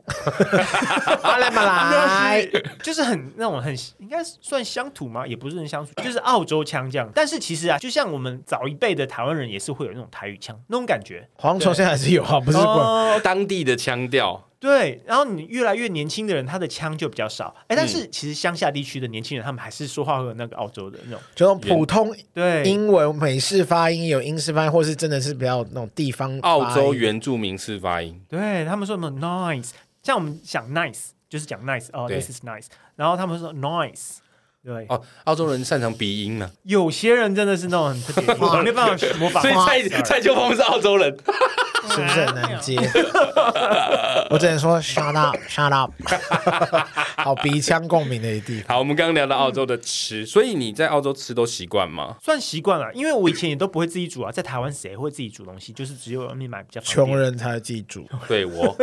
马来马来， 就是很那种很应该算乡土吗？也不是很乡土，就是澳洲腔这样。但是其实啊，就像我们早一辈的台湾人也是会有那种台语腔那种感觉，蝗虫现在还是有啊，不是不哦当地的腔调。对，然后你越来越年轻的人，他的腔就比较少。哎，嗯但是其实乡下地区的年轻人，他们还是说话会有那个澳洲的那种。就那种普通对，英文美式发音，有英式发音，或是真的是比较那种地方发音澳洲原住民式发音，对他们说什么 nice，像我们讲 nice 就是讲 nice 哦对，this is nice，然后他们说 nice。对，哦，澳洲人擅长鼻音呢、有些人真的是那种很特别，我没办法模哦仿。所以蔡哇蔡秋凤是澳洲人，是不是很难接？啊 我只能说 shut up shut up，好鼻腔共鸣的一地方。好，我们刚刚聊到澳洲的吃，所以你在澳洲吃都习惯吗？算习惯了，因为我以前也都不会自己煮啊，在台湾谁会自己煮东西？就是只有外面买比较方便穷。人才记 住，对我，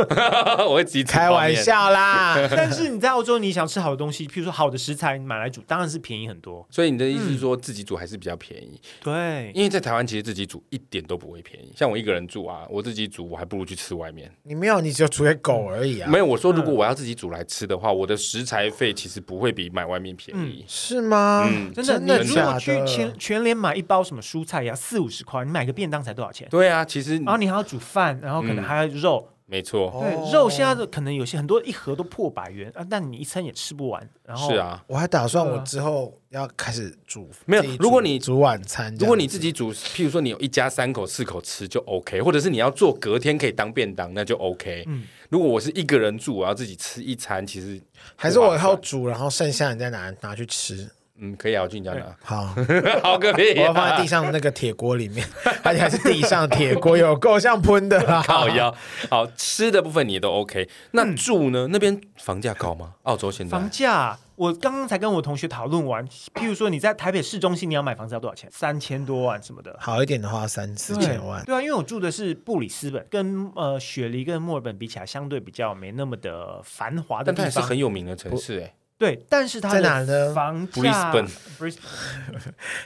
我会自己煮开泡玩面笑啦。但是你在澳洲，你想吃好的东西，譬如说好的食材，你买来煮当然是便宜很多。所以你的意思是说自己煮还是比较便宜？嗯对，因为在台湾其实自己煮一点都不会便宜。像我一个人住啊，我自己煮我还不如去吃外面。你没有，你只有煮给狗而已啊没？有，我说如果我要自己煮来吃的话，我的食材费其实不会比买外面便宜。是吗？嗯真的，真的你如果假去的全？全联买一包什么蔬菜呀、四五十块，你买个便当才多少嗯钱？对啊，其实然后你还要煮饭，然后可能还要肉。没错，哦对，肉现在的可能有些很多一盒都破百元啊，但你一餐也吃不完。然后是，啊。我还打算对啊我之后要开始煮，没有自己煮如果你煮晚餐这样子，如果你自己煮，譬如说你有一家三口四口吃就 OK，或者是你要做隔天可以当便当，那就 OK。嗯如果我是一个人住，我要自己吃一餐，其实还是我以后煮，然后剩下你再拿拿去吃。嗯可以啊，我去你家拿。好， 好个屁我要啊！放在地上那个铁锅里面， 而且还是地上铁锅，有够像喷的啊啦。靠腰，好吃的部分你也都 OK。那住呢？那边房价高吗？澳洲现在房价，我刚刚才跟我同学讨论完，譬如说你在台北市中心，你要买房子要多少钱？三千多万什么的。好一点的话，三四对千万。对啊，因为我住的是布里斯本，跟呃雪梨跟墨尔本比起来，相对比较没那么的繁华的但它地也是方。很有名的城市哎、对，但是它在的哪呢房价 Brisbane Brisbane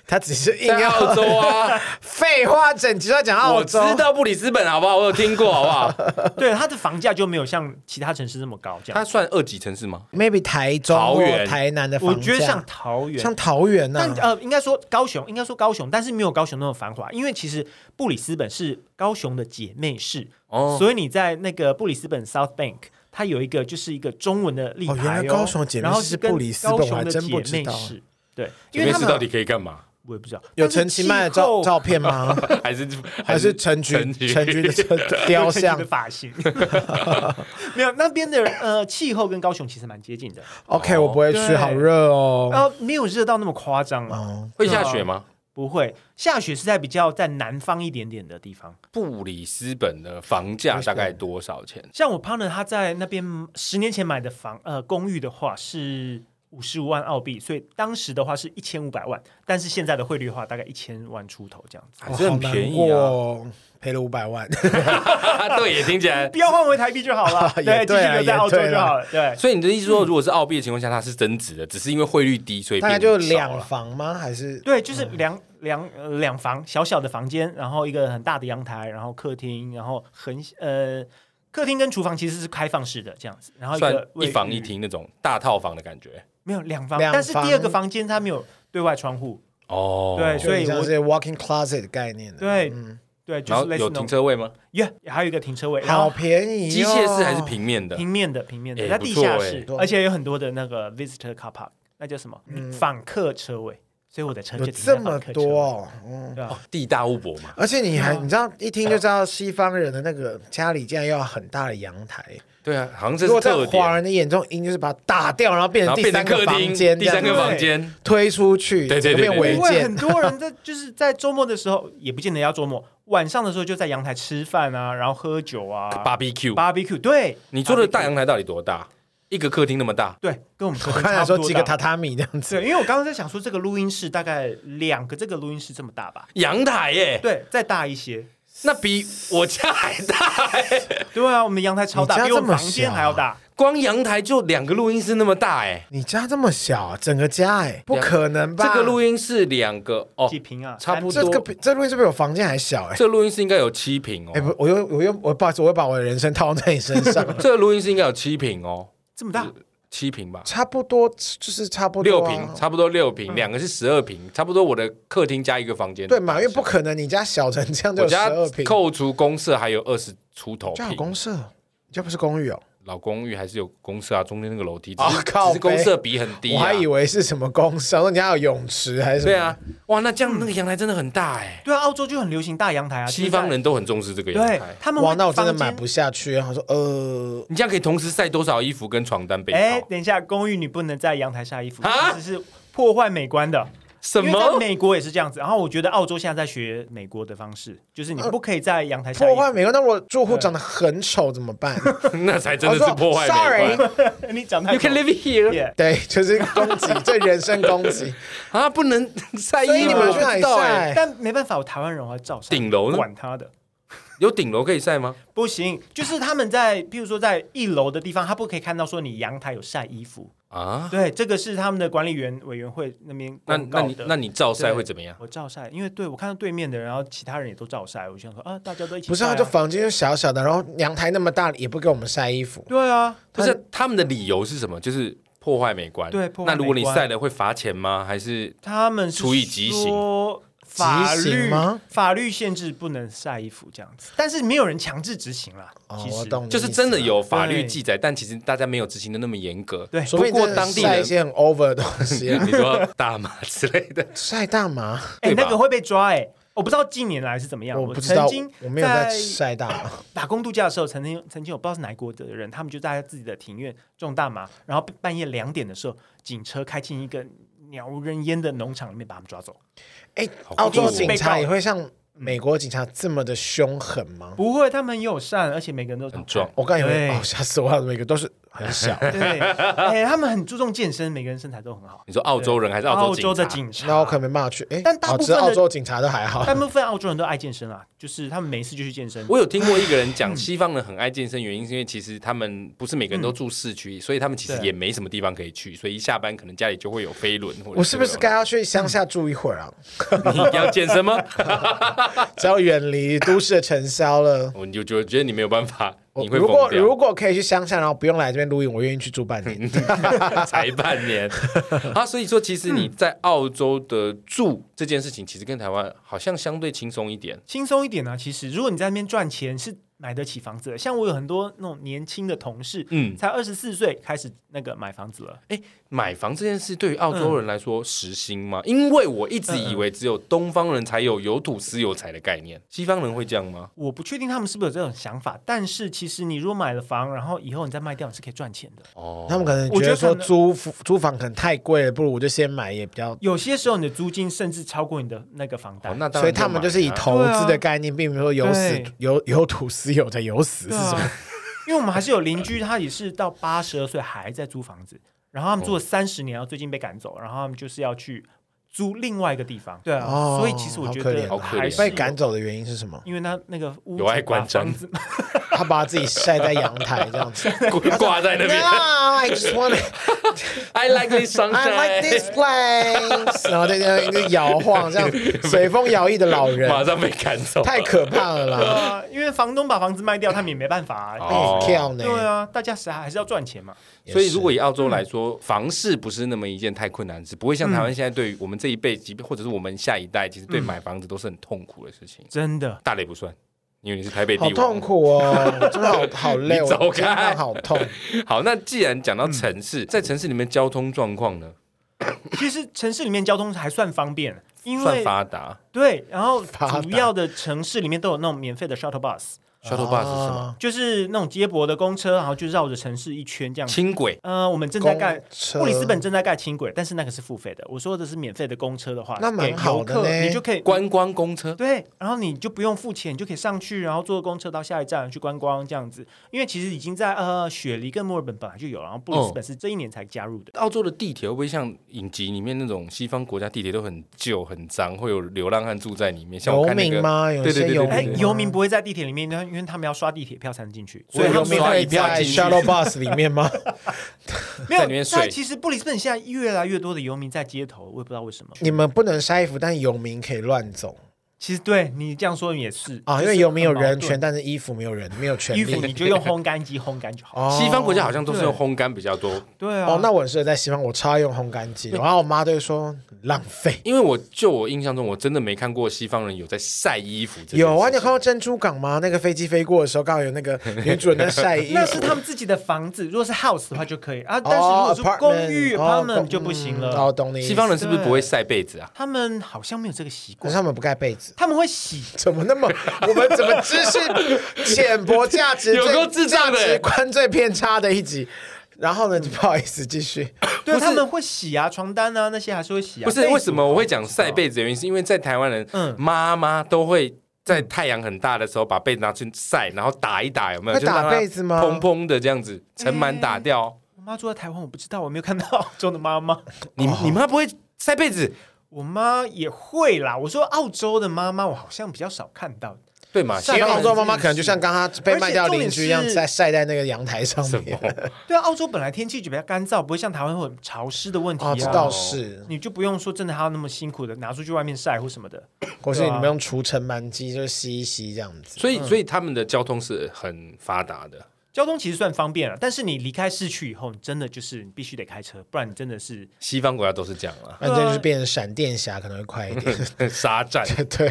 他只是硬在要澳洲啊， 废话，整集都在讲澳我知洲。道布里斯本好不好？我有听过好不好？对它的房价就没有像其他城市这么高，这它样。算二级城市吗？ maybe 台中桃园或台南的房我价，觉得像桃园，像嗯桃园啊呐、但呃，应该说高雄，应该说高雄，但是没有高雄那么繁华，因为其实布里斯本是高雄的姐妹市，哦，所以你在那个布里斯本 South Bank，它有一个就是一个中文的立牌、哦原来高雄姐妹市然后是跟布里斯本高我还雄的真不姐妹知道市，对，因因为为他是们到底可以干嘛？ 我也不知道，有但是陈其迈的气照候照片吗？还是还是陈菊陈菊陈菊的雕跟你像的发型， 没有那边的呃气候跟高雄其实蛮接近的， ？OK，我不会去，对好热然哦。后没有热到那么夸张啊，哦，会下雪吗？不会，下雪是在比较在南方一点点的地方。布里斯本的房价大概多少钱？像我 partner 他在那边十年前买的房，呃，公寓的话是五十五万澳币，所以当时的话是一千五百万，但是现在的汇率的话大概一千万出头这样子。还是很便我好宜难过啊！哦，赔了五百万。 对，也听起来。不要换回台币就好了，也对，继对续啊留在也澳洲对就啦好了。对，所以你的意思说，如果是澳币的情况下，它是增值的，只是因为汇率低，所以大概变就少两了。房吗？还是对，就是两两呃两房小小的房间，然后一个很大的阳台，然后客厅，然后很呃客厅跟厨房其实是开放式的这样子，然后一算个卫一房一浴，厅那种大套房的感觉没有两房，两但是第二个房房间它没有对外窗户，哦。对所以就我是 walking closet 的概念呢？对嗯，对，就然是后类似有那停种车位吗？耶还有一个停车位，然好后便宜哦。机械式还是平面的？平面的平面的，哎在不地错下哎室，对而且有很多的那个 visitor car park，那叫什么访客车位，所以我的车嗯就有停在这访么客车位多，哦，嗯。对吧？地大物博嘛。而且你嗯还你知道一听就知道西方人的那个家里竟然要有很大的阳台，对啊，好像这如果是在特华点。人的眼中，音就是把它打掉，然后变然成后第变三成个客房厅，间，第三个这样子房间，推出去，对对对这个变对违因为很建。多人在就是在周末的时候，也不见得要周末，晚上的时候就在阳台吃饭啊，然后喝酒啊 barbecue。 ，barbecue，对，你做的大 barbecue，阳台到底多大？一个客厅那么大，对，跟我们我客厅刚才差说不多几个大榻榻米这样子，对，因为我刚刚在想说，这个录音室大概两个这个录音室这么大吧，阳台耶，对，再大一些，那比我家还大耶，对啊，我们阳台超你大，家比我这们么房间啊小还要大，光阳台就两个录音室那么大哎，你家这么小，整个家哎，不可能吧？啊这个录音，音室两个哦几，平啊，差不这多个比这录音是不是我房间还小哎？这录音室应该有七平哎哦，不，我又我又我不好意思，我又把我的人生套在你身上， 这个录音室应该有七平哦，这么大，七平吧，差不多就是差不六多啊平，差不多六平，两个是十二平，差不多我的客厅加一个房间，对嘛？因为不可能你家小成这样就我十家二平，扣除公社还有二十出头家有平，公社，你家不是公寓哦？老公寓还是有公社啊，中间那个楼梯，只啊是、靠只是公北社比很低、我啊，还以为是什么公司，我说你还有泳池还是嗯什么？对啊，哇，那这样那个阳台真的很大哎、对啊，澳洲就很流行大阳台啊，西方人都很重视这个就是阳在台对。他们哇，会那我真的房间买不下去。然后说呃，你这样可以同时晒多少衣服跟床单被哎，套？等一下，公寓你不能在阳台晒衣服，啊这是破坏美观的。什因为在么？美国也是这样子，然后我觉得澳洲现在在学美国的方式，就是你不可以在阳台晒衣破服。坏美观。那我住户长得很丑怎么办？ 那才真的是破坏美我哦说观。 Sorry， 你讲太 You 多 can live here Yeah 对，就是攻 击，这人身攻击。啊，不能晒衣服，所以你们我去不哪知里道哎、晒？啊但没办法，我台湾人我还照晒。顶楼呢管他的，有顶楼可以晒吗？不行，就是他们在，譬如说在一楼的地方，他不可以看到说你阳台有晒衣服。啊，对，这个是他们的管理员委员会那边那公那告你的。那你照晒对会怎么样？我照晒，因为对我看到对面的人，然后其他人也都照晒，我就想说啊，大家都一起、啊。不是，他就房间就小小的，然后阳台那么大，也不给我们晒衣服。对啊，不是他们的理由是什么？就是破坏美观。对破坏那如果你美观晒了会罚钱吗？还是他们是处以极刑说法极律刑吗法律限制不能晒衣服这样子，但是没有人强制执行啦。哦其，我实懂，就是真的。有法律对记载，但其实大家没有执行的那么严格。对说不定不过真的当地晒一人些很 over 的东西啊，你说大麻之类的， 晒大 麻，哎、对吧那个会被抓哎、我不知道近年来是怎么样。我不知曾道经，我没有在晒大麻。打工度假的时候，曾经曾经有不知道是哪国的人，他们就在自己的庭院种大麻，然后半夜两点的时候，警车开进一个鸟无人烟的农场里面把他们抓走。哎，好澳洲酷哦警察也会像美国警察这么的凶狠吗？不会，他们很友善，而且每个人都很壮我刚以为对哦，吓死我了，每个都是 很小。对，哎、他们很注重健身，每个人身材都很好。你说澳洲人还是澳澳洲的警警察，那我可能没办法去。哎，但大哦部只是分的澳洲警察都还好。大部分澳洲人都爱健身啊，就是他们每次就去健身察？。我有听过一个人讲，西方人很爱健身，原因是因为其实他们不是每个人都住市区，所以他们其实对也没什么地方可以去，所以一下班可能家里就会有飞轮或者我是不是该要去乡下住一会儿啊？你要健身吗？呃只要远离都市的尘嚣了。我就觉得觉得你没有办法，我你会如疯果如掉，嗯果可以去乡下，然后不用来这边录音，我愿意去住半年。 才半年啊！所以说，其实你在澳洲的住这件事情，其实跟台湾好像相对轻松一点。轻松一点啊，其实如果你在那边赚钱，是买得起房子的。像我有很多那种年轻的同事，嗯，才二十四岁开始那个买房子了。买房这件事对于澳洲人来说实心吗？嗯因为我一直以为只有东方人才有有土私有财的概嗯念，西方人会这样吗？我不确定他们是不是有这种想法，但是其实你如果买了房，然后以后你再卖掉，你是可以赚钱的。哦， 他们可能我觉觉得得说可能租房租房可能太贵了，不如我就先买也比较。有些时候你的租金甚至超过你的那个房贷。哦，那当然所以他们就是以买啊投资对的啊概念，并没有说有死对有 有土私有财，有死是对什么？啊， 因为我们还是有邻居，他也是到八十二岁还在租房子，然后哦他们住了三十年，然后最近被赶走，然后他们就是要去租另外一个地方。对啊，哦所以其实我觉得好可怜还是被赶，走的原因是什么？因为他那个屋有碍观瞻把房子他把自己晒在阳台这样子。挂在 那 No, 边。 I just want to, I like this I sunshine，like this place。然后在那边就摇晃，这样 随风摇曳的老人，马上被赶走，太可怕了对啦！哎啊，因为房东把房子卖掉，他们也没办法、啊。哦跳呢？对啊，大家谁还是要赚钱嘛。所以，如果以澳洲嗯来说，房市不是那么一件太困难的事，不会像台湾现在对于我们这一辈，即便或者是我们下一代，其实对嗯买房子都是很痛苦的事情。真的，大雷不算，因为你是台北地好王痛苦哦，我真 的好好累，你我走开肩膀好痛。好，那既然讲嗯到城市，在城市里面交通状况呢，其实城市里面交通还算方便，因算为发达。对，然后发达主要的城市里面都有那种免费的 shuttle bus， Shuttle bus 是什么？啊？就是那种接驳的公车，然后就绕着城市一圈这样子。轻轨呃，我们正在盖公车布里斯本正在盖轻轨，但是那个是付费的。我说的是免费的公车的话，那蛮给好游的客嘞你就可以观光公车，对，然后你就不用付钱，你就可以上去，然后坐公车到下一站去观光这样子。因为其实已经在呃雪梨跟墨尔本本来就有，然后布里斯本嗯是这一年才加入的。澳洲的地铁会不会像影集里面那种西方国家地铁都很旧很脏，会有流浪汉住在里面？像我游看那民个，吗？有对对些对游对哎，民，游民。不会在地铁里面，因为他们要刷地铁票才能进去，所所以以他他游们们民刷会一票在进去 shuttle bus 里面吗？ 没有在里面睡但其实布里斯本现在越来越多的游民在街头，我也不知道为什么。你们不能晒衣服，但游民可以乱走。其实对你这样说也是啊，就因是为有没有很矛哦人盾权，但是衣服没有人，没有权衣利。服你就用烘干机烘干就 好。哦西方国家好像都是用烘干比较多，对啊，哦，那我很适合在西方，我超爱用烘干机的，然后我妈都会说浪 费。因为我就我印象中，我真的没看过西方人有在晒衣服这件事情。有啊，你有看到珍珠港吗？那个飞机飞过的时候，刚好有那 个女主人在晒衣服。那是他们自己的房子，如果是 house 的话就可以啊，哦但是如果是公寓 apartment， apartment 就不行哦公嗯了。哦，懂你意思。西方人是不是不会晒被子啊？他们好像没有这个习可是惯，他们不盖被子，他们会洗。怎么那么？我们怎么知识浅薄、价值有最够智障的欸价值观最偏差的一集？然后呢，就不好意思继 续。对，不是他们会洗啊，床单啊那些还是会洗啊。不是被子为什么我会讲晒被子的原因，是因为在台湾人嗯妈妈都会在太阳很大的时候把被子拿去晒，然后打一打，有没有？会就是让打它被子吗砰嗯砰的这样子，尘螨打掉。我妈住在台湾，我不知道，我没有看到 澳洲的妈妈。你哦你妈不会晒被子我妈也会啦。我说澳洲的妈妈，我好像比较少看到。对吗？因晒为被子澳洲妈妈可能就像刚刚被卖掉的邻居一样而，且重在点晒在那个阳台上什么面？。对啊，澳洲本来天气就比较干燥，不会像台湾会很潮湿的问题哦，这啊。倒是。你就不用说真的还要那么辛苦的拿出去外面晒或什么的。或是你啊们用除尘螨机，就是吸一吸这样子。所以所以他们的交通是很发达的。 交通其实算方便了，但是你离开市区以后，你真的就是你必须得开车，不然你真的是西方国家都是这样啊，那这就是变成闪电侠可能会快一 点。沙站。对，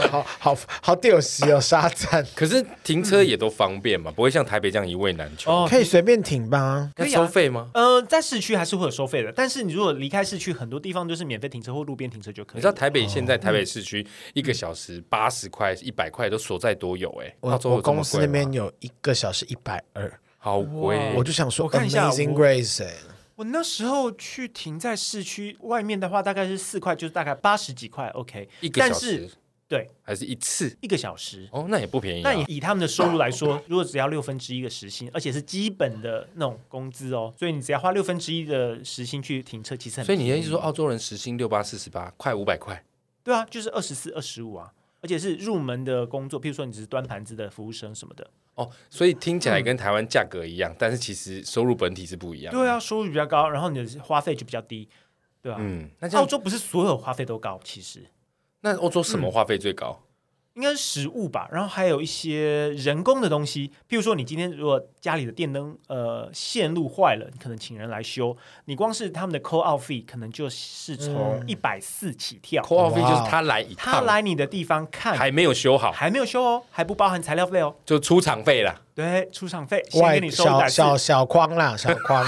啊好好好丢席哦，沙赞可是停车也都方便嘛，不会像台北这样一位难求。哦可以随便挺吧？要可以啊收费吗？呃，在市区还是会有收费的，但是你如果离开市区，很多地方就是免费停车或路边停车就可你以知道了。台北现哦在台北市区一个小时八十块、一百块都所在多有哎、我澳洲有我这么公司贵那吗边有一个小时一百二，好贵，我就想说我看一下 Amazing 我 Grace，哎我那时候去停在市区外面的话，大概是四块，就是大概八十几块，OK。一个小但时是对还是一次一个小时，哦，那也不便宜、啊。那也以他们的收入来说， 如果只要六分之一的时薪，而且是基本的那种工资哦，所以你只要花六分之一的时薪去停车，其实很所以你的便宜意思说，澳洲人时薪六八四十八，快五百块，对啊，就是二十四、二十五啊，而且是入门的工作，譬如说你只是端盘子的服务生什么的。哦，所以听起来跟台湾价格一样，但是其实收入本体是不一样。嗯对，啊，收入比较高，然后你的花费就比较低，对啊。嗯，那这澳样，洲不嗯是所有花费都高，其实那欧洲什么花费最高？应该是食物吧，然后还有一些人工的东西，譬如说你今天如果家里的电灯呃线路坏了，你可能请人来修，你光是他们的 call out fee 可能就是从一百四起跳，扣号费就哇是他来一他趟，来你的地方看还没有修好，还没有修哦，还不包含材料费哦，就出场费啦。对，出场费先外给你收小140小小框啦，小框。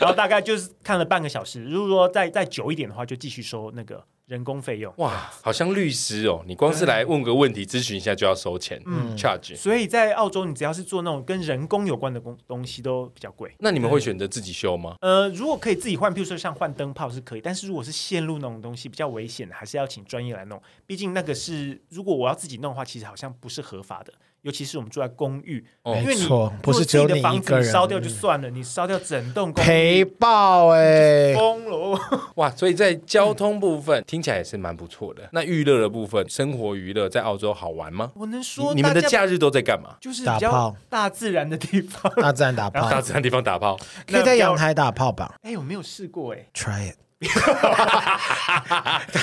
然后大概就是看了半个小时。如果说再再久一点的话，就继续收那个人工费用。哇，好像律师哦，你光是来问个问题咨询一下就要收钱，嗯，charge。所以在澳洲，你只要是做那种跟人工有关的工东西都比较贵。那你们会选择自己修吗？呃，如果可以自己换，譬如说像换灯泡是可以，但是如果是线路那种东西比较危险的，还是要请专业来弄。毕竟那个是，如果我要自己弄的话，其实好像不是合法的，尤其是我们住在公寓，哦因为你没错不是只有如果你自己一的房子个人烧掉就算了，你烧掉整栋公赔寓，爆哎、疯了哦。哇，所以在交通部分、听起来也是蛮不错的。那娱乐的部分，生活娱乐在澳洲好玩吗？我能说你你们的大家假日都在干嘛？就是打比较炮大自然的地方。 大自然打大啊炮，自然地方打炮，可以在阳台打炮吧哎、我没有试过哎、 ？Try it。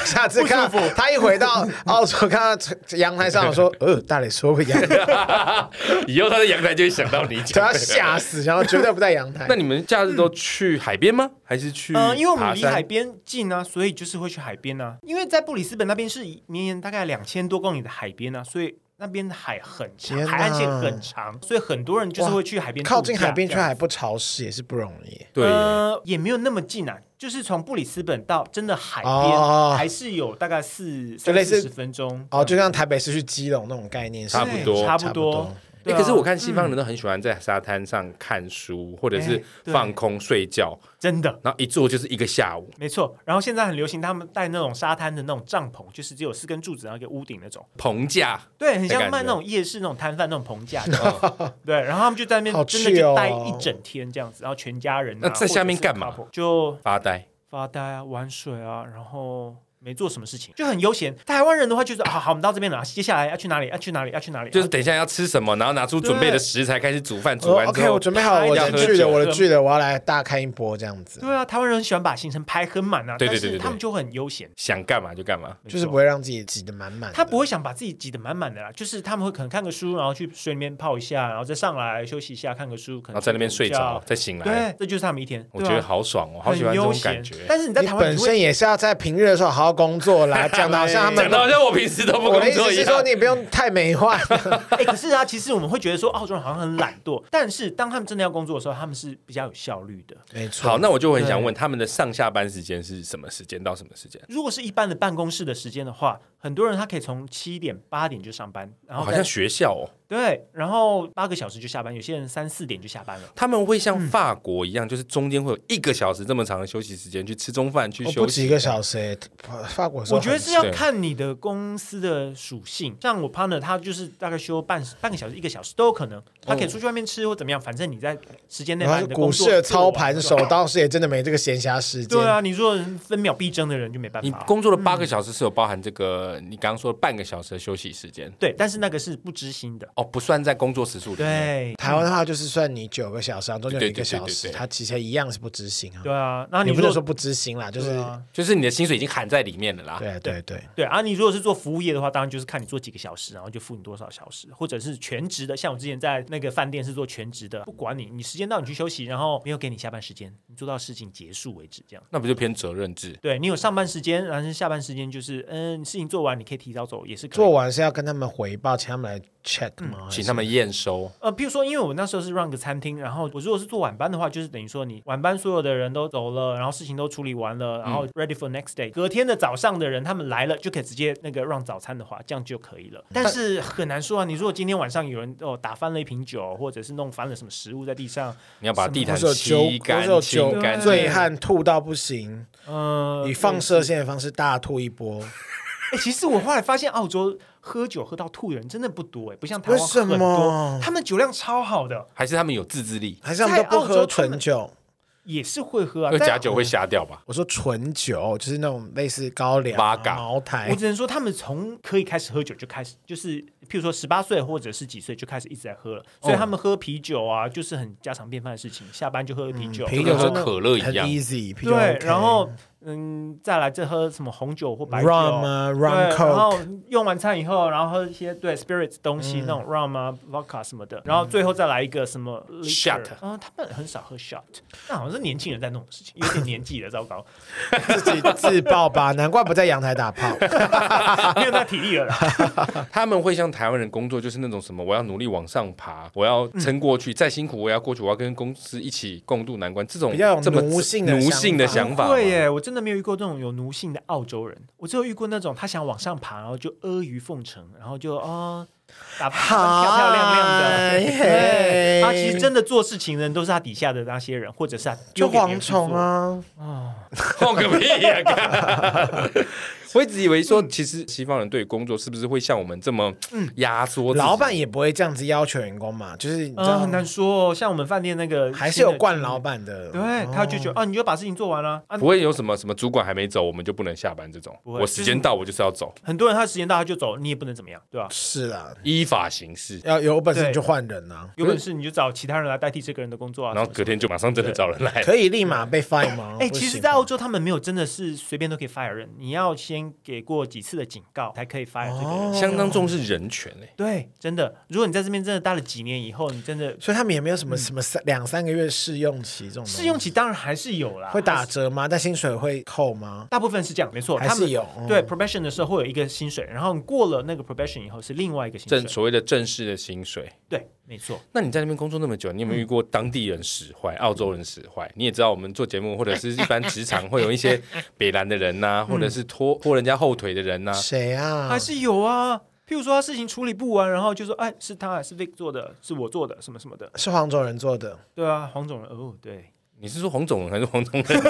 下次看到他一回到澳洲，看到阳台上，我说：“呃，大磊说过阳台，以后他在阳台就会想到你都讲 要的。吓死，然后绝对不在阳台。” 那你们假日都去海边吗？还是去？嗯、因为我们离海。边近啊，所以就是会去海边啊。因为在布里斯本那边是绵延大概两千多公里的海边啊，所以那边的海很天长，哪海岸线很长，所以很多人就是会去海边靠近海边却去还。不潮湿，也是不容易。对，呃，也没有那么近啊，就是从布里斯本到真的海边，哦还是有大概四就三类似四十分钟哦，就像台北市去基隆那种概念，差不多是嗯差不不多多。。哎、对啊可是我看西方人都很喜欢在沙滩上看书，或者是哎对放空睡觉，真的然后一坐就是一个下午。没错。然后现在很流行他们带那种沙滩的那种帐篷，就是只有四根柱子，然后一个屋顶那种。棚架，对，很的感像觉卖那种夜市那种摊贩那种棚架，哦 对，然后他们就在那好边真的 chill 哦就待一整天这样子，然后全家人、啊、那在下面干嘛或者是 couple？就发呆。发呆啊、玩水啊，然后没做什么事情，就很悠闲。台湾人的话就是啊，好，我们到这边了，接下来要去哪里？要去哪里？要去哪里？啊就是等一下要吃什么，然后拿出准备的食材开始煮饭，哦煮完之 OK，后我准备好我要的喝剧酒了，我的剧了，我要来大看一波这样子，对啊，台湾人很喜欢把行程排很满啊，对对对对但是他对们就很悠闲，想干嘛就干嘛。就是不会。会让自己挤得满满的。他不会想把自己挤得满满的啦，就是他们会可能看个书，然后去水里面泡一下，然后再上来休息一下，看个书，可然能后在那边睡睡个着午，再醒觉。来，对，这就是他们一天。我对觉啊得好爽哦，好喜欢很这种悠闲感觉。但是你在你台湾本你会身也是要在平日的时候好好工作啦，讲的好像他讲们的。好像我平时都不我的工意思作一是说，样。你不用太美化，哎、可是啊，其实我们会觉得说澳洲人好像很懒惰，但是当他们真的要工作的时候，他们是比较有效率的。没错。好，那我就很想问，他们的上下班时间是什么时间到什么时间？如果是一般的办公室的时间的话，很多人他可以从七点八点就上班，然后好再、像学校哦，对，然后八个小时就下班，有些人三四点就下班了。他们会嗯像法国一样，就是中间会有一个小时这么长的休息时间去吃中饭去我休哦不息。止一个小时欸，法国我觉得很是要对看你的公司的属性，像我 partner 他就是大概休半半个小时、一个小时都有可能，他可以出去外面吃或怎么样，反正你在时间内把然你后的股工作市的做操完盘手当时也真的没这个闲暇时间。对啊，你如果分秒必争的人就没办你法啊。工作的八个小时是有包含这个你刚刚说的半个小时的休息时间对，但是那个是不知心的。哦，不算在工作时数里面。对，台湾的话就是算你九个小时，然后中间有一个小对对对时，对对它其实一样是不执行啊。对啊，那你你如不果能说不执行啦，就是对啊，就是你的薪水已经含在里面了啦。对对对，对啊，你如果是做服务业的话，当然就是看你做几个小时，然后就付你多少小时，或者是全职的。像我之前在那个饭店是做全职的，不管你，你时间到你去休息，然后没有给你下班时间，你做到事情结束为止，这样。那不就偏责任制？对你有上班时间，然后下班时间就是，嗯，事情做完你可以提早走，也是可以。做完是要跟他们回报，请他们来 check 嗯吗？请他们验收，呃，譬如说，因为我那时候是 run 个餐厅，然后我如果是做晚班的话，就是等于说你晚班所有的人都走了，然后事情都处理完了，然后 ready for next day，、隔天的早上的人他们来了就可以直接那个 run 早餐的话，这样就可以了。但是很难说啊，你如果今天晚上有人哦打翻了一瓶酒，或者是弄翻了什么食物在地上，你要把地或毯者有酒吸，或干者有净干酒净。醉汉吐到不行，呃，以放射线的方式大吐一波，哎、其实我后来发现，澳洲喝酒喝到吐的人真的不多哎、不像台为湾什很多么，他们酒量超好的，还是他们有自制力，还是他们都不在澳喝洲他们纯酒？也是会喝啊，那但假酒会瞎掉吧？我说纯酒就是那种类似高粱、啊 Vodka 茅台我，只能说，他们从可以开始喝酒就开始，就是譬如说十八岁或者是几岁就开始一直在喝了，所以哦他们喝啤酒啊，就是很家常便饭的事情，下班就喝啤酒。嗯就啤酒跟喝真的可乐一很样 easy，啤酒对， OK 然后嗯，再来再喝什么红酒或白酒 rum 啊对，rum 然 coke，嗯后用完餐以后，然后喝一些对 spirits 东西，那种 rum 啊、vodka 什么的，然后最后再来一个什么嗯 liquor Shot 啊，他们很少喝 shot，那好像是年轻人在弄的事情，有点年纪了，糟糕， 自己自爆吧，难怪不在阳台打 炮。没有那体力了啦。他们会像台湾人工作，就是那种什么，我要努力往上爬，我要撑过去，再辛苦我也要过去，我要跟公司一起共度难关。这种比较有这么奴性的奴性的想想法吗，对耶，我真的没有遇过这种有奴性的澳洲人，我只有遇过那种他想往上爬，然后就阿谀奉承，然后就啊、哦、打扮漂漂亮亮的。嗨对，他其实嘿真的做事情的人都是他底下的那些人，或者是他就丢给别蝗人去虫做。啊，放个屁呀、干 我一直以为说，其实西方人对工作是不是会像我们这么压缩自己？嗯老板也不会这样子要求员工嘛，就是你知嗯，道很，难说、哦。像我们饭店那个还是有哦新的惯老板的。对，他就觉得啊，你就把事情做完了啊不。会有什么什么主管还没走，我们就不能下班这种。不会我时间到，我就是要走，很多人他时间到他就走，你也不能怎么样，对吧？是啦，依法行事。要有本事对你就换人啊，有本事你就找其他人来代替这个人的工作啊。然后什么隔天就马上真的找人来了。可以立马被 fire 吗？哎、哦不其行实，吧在澳洲，他们没有真的是随便都可以 fire 人，你要先给过几次的警告才可以 fire 这个人。哦相当重视人权欸诶、嗯对，真的，如果你在这边真的待了几年以后，你真的所以他们也没有什么什么三两三个月试用期这种东西嗯试用期啊当然还是有啦，会打还是，折吗？但薪水会扣吗？大部分是这样，没错，还哦他是们有嗯对 probation 的时候会有一个薪水，然后你过了那个 probation 以后是另外一个薪正水，所谓的正式的薪水。对，没错。那你在那边工作那么久，你有没有遇过当地人使嗯坏、澳洲人使坏？你也知道，我们做节目或者是一般职场会有一 些北蓝的人嗯呐、或者是拖拖人家后腿的人呐、谁啊？还是有啊。譬如说他事情处理不完，然后就说：“哎，是他是 Vic 做的，是我做的，什么什么的。是黄种人做的，”对啊，黄总人哦，对，你是说黄总人 还是黄总人？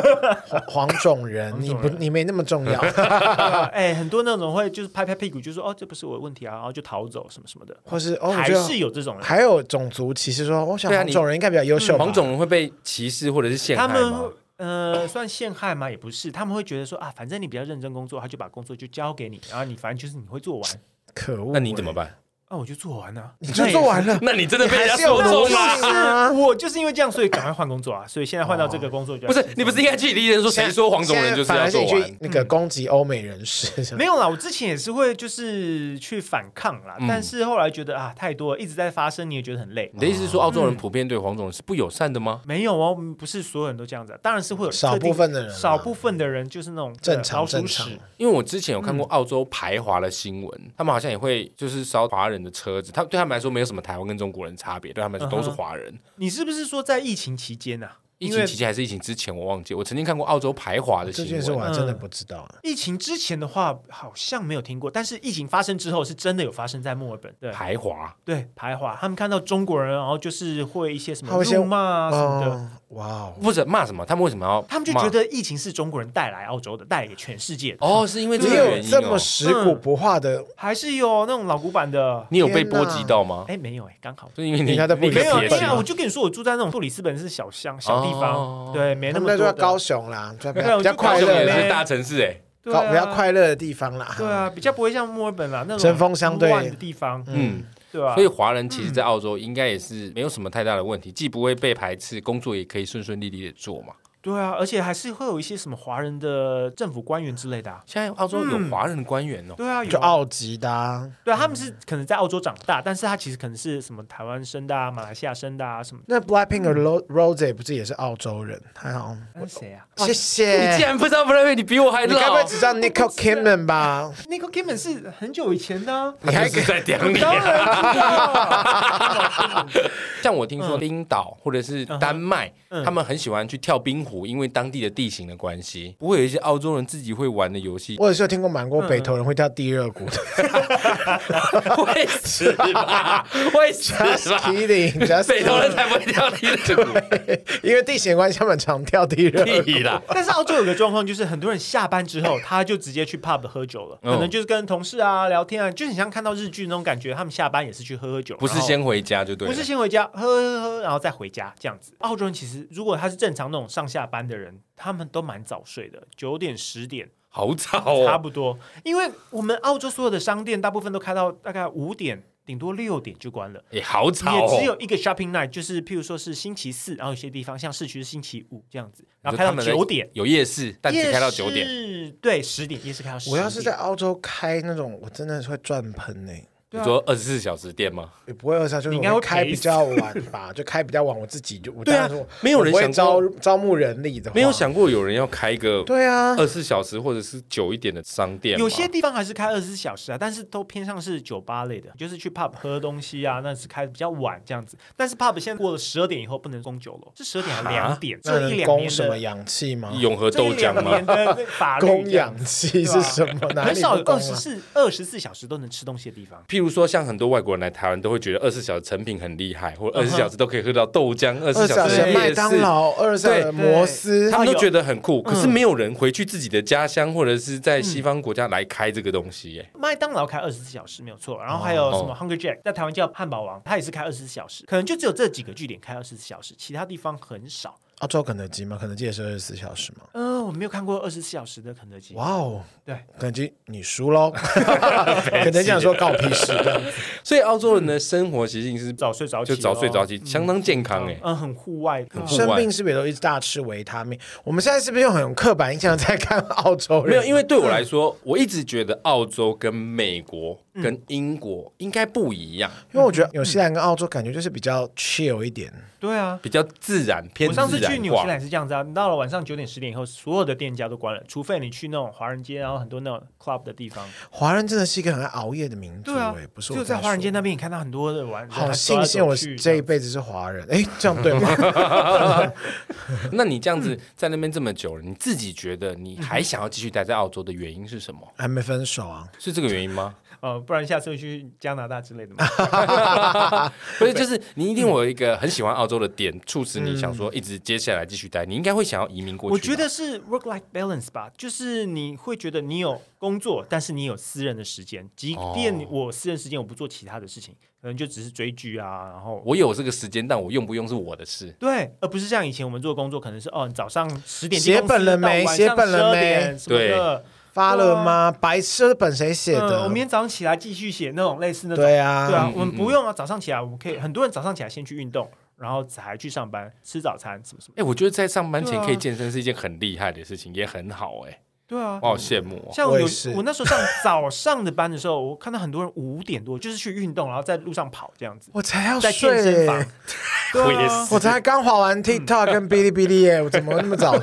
黄黄种人，你不你没那么重要。对 啊哎、很多那种会就是拍拍屁股就说：“哦，这不是我的问题啊”，然后就逃走什么什么的，或是哦，我还觉得是有这种人。还有种族歧视说，我想对啊黄你种人应该比较优秀吧。黄种人会被歧视或者是陷害他们吗？嗯、呃，算陷害吗？也不是，他们会觉得说啊，反正你比较认真工作，他就把工作就交给你，然后你反正就是你会做完，可恶！欸那你怎么？办？啊，我就做完了、你就做完了，那你真的被人家还是有说中路啦？数啊那也是我就是因为这样，所以赶快换工作啊，所以现在换到这个工作就哦不是，你不是应该去理解说， 谁说黄种人就是反要而是嗯做你去完？那个攻击欧美人士，没有啦，我之前也是会就是去反抗啦，嗯但是后来觉得啊太多了，一直在发生，你也觉得很累。你的意思是说，澳洲人普遍对黄种人是不友善的吗？没有哦，不是所有人都这样子啊、当然是会有少特定部分的人啊少部分的人就是那种正常老鼠正屎常。因为我之前有嗯看过澳洲排华的新闻，他们好像也会就是烧华人的车子，他对他们来说没有什么台湾跟中国人差别，对他们来说都是嗯哼华人。你是不是说在疫情期间啊？疫因为哦情期间还是疫情之前，我忘记。我曾经看过澳洲排华的这新件事我闻，还真的不知道啊。疫情之前的话，好像没有听过，但是疫情发生之后，是真的有发生在墨尔本。对排华对，排华，他们看到中国人，然后就是会一些什他么会先辱骂啊什么的，哦，哇哦，不是骂什么？他们为什么要骂？他们就觉得疫情是中国人带来澳洲的，带来给全世界的，哦，是因为这你个有原因这哦么。食古不化的，还是有那种老古板的。你有被波及到吗？哎，没有哎，刚好是因为你应该都不你一被样没有，撇因清为我就跟你说，我住在那种布里斯本是小乡小地哦方，对，没他们那么在多说的高雄啦，就比没较有比较就高快雄乐也啦是没，大城市哎，对高啊比较快乐的地方啦。对啊，比较不会像墨尔本啦那种针锋相对很乱的地方，嗯，对吧？所以华人其实，在澳洲应该也是没有什么太大的问题，既不会被排斥，工作也可以顺顺利利的做嘛。对啊，而且还是会有一些什么华人的政府官员之类的、啊。现在澳洲有华人官员哦，对啊，有就啊澳籍的啊，对啊，他们是可能在澳洲长大，但是他其实可能是什么台湾生的啊、马来西亚生的啊什么的。那 Blackpink 的 Ro- Rose 不是也是澳洲人？还好，那是谁啊谢你竟谢。然不知道 b l a c k 你比我还你该不会老，只知道 Nicole Kidman 吧？ ？Nicole Kidman 是很久以前的、 啊，他你还就是在讲你当啊。然知道像我听说冰岛或者是丹麦，嗯他们很喜欢去跳冰壶，因为当地的地形的关系，不会有一些澳洲人自己会玩的游 戏。我也是有听过蛮过北投人会跳地热鼓的。会死吧？会死 嗯 Just 吧？ kidding，Just 北头人才不会跳踢的鼓 因为地形关系，他们常跳地 热鼓。屁啦！但是澳洲有个状况，就是很多人下班之后，他就直接去 pub 喝酒了，嗯可能就是跟同事啊聊天啊，就很像看到日剧那种感觉。他们下班也是去喝喝酒，不是然后先回家就对不了。是先回家喝喝喝，然后再回家这样子。澳洲人其实如果他是正常那种上下班的人，他们都蛮早睡的，九点十点好吵差哦！不多。因为我们澳洲所有的商店大部分都开到大概五点，顶多六点就关了。也好吵也只哦！有一个 shopping night，就是譬如说是星期四，然后有些地方像市区是星期五这样子，然后开你到说他们的九点，有夜市，但只开到九点。夜市，对，十点夜市开到十点。我要是在澳洲开那种，我真的是会赚盆呢、你说二十四小时店吗？也不会二十四小时，就是你应我会该会开赔比较晚吧， 就开比较晚，我自己就我对啊当然说我没有人我不会想招过招募人力的，没有，想过有人要开个对啊，二十四小时或者是久一点的商店吗。有些地方还是开二十四小时啊，但是都偏向是酒吧类的，就是去 pub 喝东西啊，那是开的比较晚这样子。但是 pub 现在过了十二点以后不能供酒楼，是十二点还两点？那这一能两供年什么的氧气吗？永和哦这豆一浆两吗？年的那法律供这样氧子气是什么？哪很里少不有供二十啊？四二十四小时都能吃东西的地方。譬如说，像很多外国人来台湾，都会觉得二十四小时成品很厉害，或者二嗯十哼四小时都可以喝到豆浆，二十四二十小小时时的夜市麦当，劳，二十四小时的摩斯，他们啊都有觉得很酷。可是没有人回去自己的家乡，或者是在西方国家来开这个东西耶。麦当劳开二十四小时没有错，然后还有什么 Hunger Jack，在台湾叫汉堡王，它也是开二十四小时，可能就只有这几个据点开二十四小时，其他地方很少。澳洲肯德基吗？肯德基也是二十四小时吗？嗯、我没有看过二十四小时的肯德基。哇哦，对，肯德基你输 喽，肯德基想说告屁事这样子，嗯所以澳洲人的生活习性是早睡嗯早起嗯就咯，早睡早起，相当健康哎。嗯，很户外，很户外生病 是不是也都一直大吃维他命？我们现在是不是又很有刻板印象在看澳洲人？没有，因为对我来嗯说，我一直觉得澳洲跟美国、跟英国应该不一样，因为我觉得纽西兰跟澳洲感觉就是比较 chill 一点，对啊。比较自然，偏我自上然次去纽西化。兰是这样子啊，你到了晚上九点十点以后，所有的店家都关了，除非你去那种华人街，然后很多那种 club 的地方。华人真的是一个很爱熬夜的民族、哎、不是只我啊有在说华人街那边，你看到很多的玩，好庆幸我这一辈子是华人，哎，这样对吗？ 那你这样子在那边这么久了，你自己觉得你还想要继续待在澳洲的原因是什么？还没分手啊？是这个原因吗？呃，不然下次会去加拿大之类的嘛。不是，就是你一定有一个很喜欢澳洲的点，促使你想说一直接下来继续待，你应该会想要移民过去吧。我觉得是 work life balance 吧，就是你会觉得你有工作，但是你有私人的时间，即便哦我私人时间我不做其他的事情，可能就只是追剧啊，然后。我有这个时间，但我用不用是我的事。对，而不是像以前我们做工作，可能是哦，你早上十点写本了没写本了没对对，发了吗？白痴本谁写嗯的？我明天早上起来继续写那种类似那种对啊，对啊，嗯我们嗯不用啊，早上起来我们可以，很多人早上起来先去运动，然后才去上班吃早餐什么什么。哎、我觉得在上班前对啊可以健身是一件很厉害的事情，也很好哎、对啊我，好羡慕哦。像我我也有是我那时候上早上的班的时候，我看到很多人五点多就是去运动，然后在路上跑这样子，我才要在健身睡、房嗯欸，。对啊我也是 我才刚滑完 TikTok 跟哔哩哔哩耶，我怎么那么 早？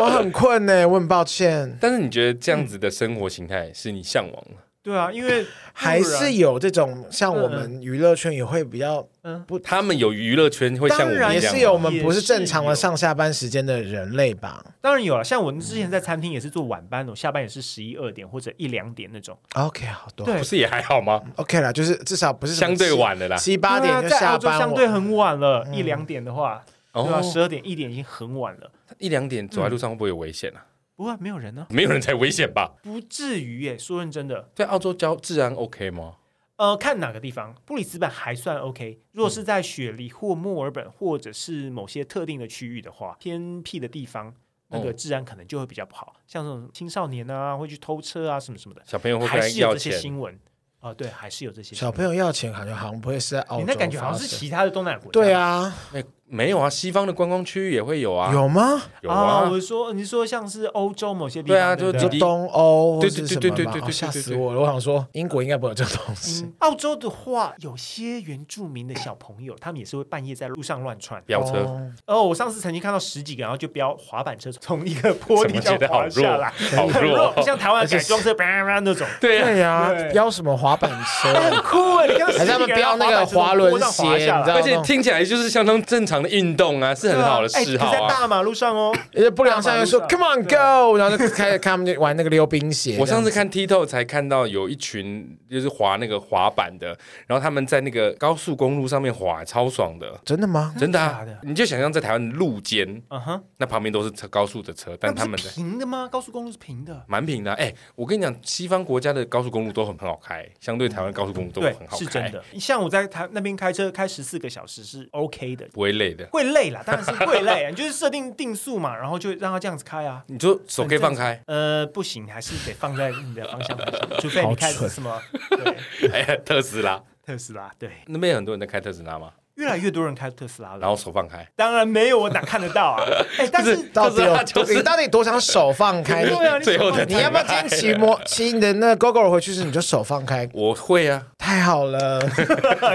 我很困呢、我很抱歉。 但是你觉得这样子的生活形态是你向往的？对啊，因为还不然是有这种像我们娱乐圈也会比较，嗯，他们有娱乐圈会像我们一当样吗，然也是有我们不是也是正常的有上下班时间的人类吧当然有啊了。像我之前在餐厅也是做晚班的，我下班也是十一二点或者一两点那种。 ？OK，好多对不是也还好吗？ OK 啦，就是至少不是什么相对晚了啦。七八点就对啊在下澳洲班，嗯相对很晚了，一两点的话，对吧？哦，十二点一点已经很晚了。一两点走在路上会不会有危险啊？不过没有人呢、没有人才危险吧？不至于耶。说认真的，在澳洲交治安 OK 吗？呃，看哪个地方，布里斯本还算 OK。如果是在雪梨或墨尔本，或者是某些特定的区域的话，偏僻的地方，那个哦治安可能就会比较不好。像这种青少年啊，会去偷车啊，什么什么的，小朋友会还跟他是有要这些钱，新闻啊、对，还是有这些新小闻。朋友要钱，感觉好像不会是在澳洲你发生，那感觉好像是其他的东南亚国家。对啊，哎没有啊，西方的观光区也会有啊，有吗？有啊，我说你说像是欧洲某些地方，对啊对不就对是就东欧或对是对什么对对对吧对哦对吓对死对我了！我想说，英国应该不会有这种东西。嗯澳洲的话，有些原住民的小朋友，他们也是会半夜在路上乱窜。飙车。哦哦，我上次曾经看到十几个，然后就飙滑板车从一个玻怎璃么上觉得好滑下弱来，，好很弱，弱不，像台湾而的且改装车叭叭那种。对啊对呀对，飙什么滑板车？ 酷哎！你看到还是他们十几个人飙那个滑轮鞋从坡上滑下你知道来而且听起来就是相当正常的运动啊，是很好的对嗜啊好哎可在啊。大马路上哦，而且不良少年说大 “Come 马路上 on go”，然后就开始看他们就玩那个溜冰鞋。我上次看 Tito 才看到有一群就是滑那个滑板的，然后他们在那个高速公路上面滑，超爽的，真的吗？真的假啊的！你就想象在台湾的路肩，嗯哼，那旁边都是车高速的车，但那不他是们的平的吗？高速公路是平的，蛮平的啊、哎、我跟你讲，西方国家的高速公路都很很好开，相对台湾高速公路都对很，好开，是真，的。像我在台那边开车开十四个小时是 OK 的，不会累的。会累啦，当然是会 累啊，你就是设定定速嘛，然后就让它这样子开啊。你就手可以放开，呃，不行，还是得放在你的方向盘上，除非你开好蠢什么对哎呀，特斯拉特斯拉。对，那边有很多人在开特斯拉嘛，越来越多人开特斯拉了。然后手放开，当然没有，我哪看得 到啊？哎，但是到底特有斯拉就是你到底多想手放开？对啊，你最后的你要不要今天骑 摩骑你的那个 GoGo 回去时你就手放开？我会啊。太好了，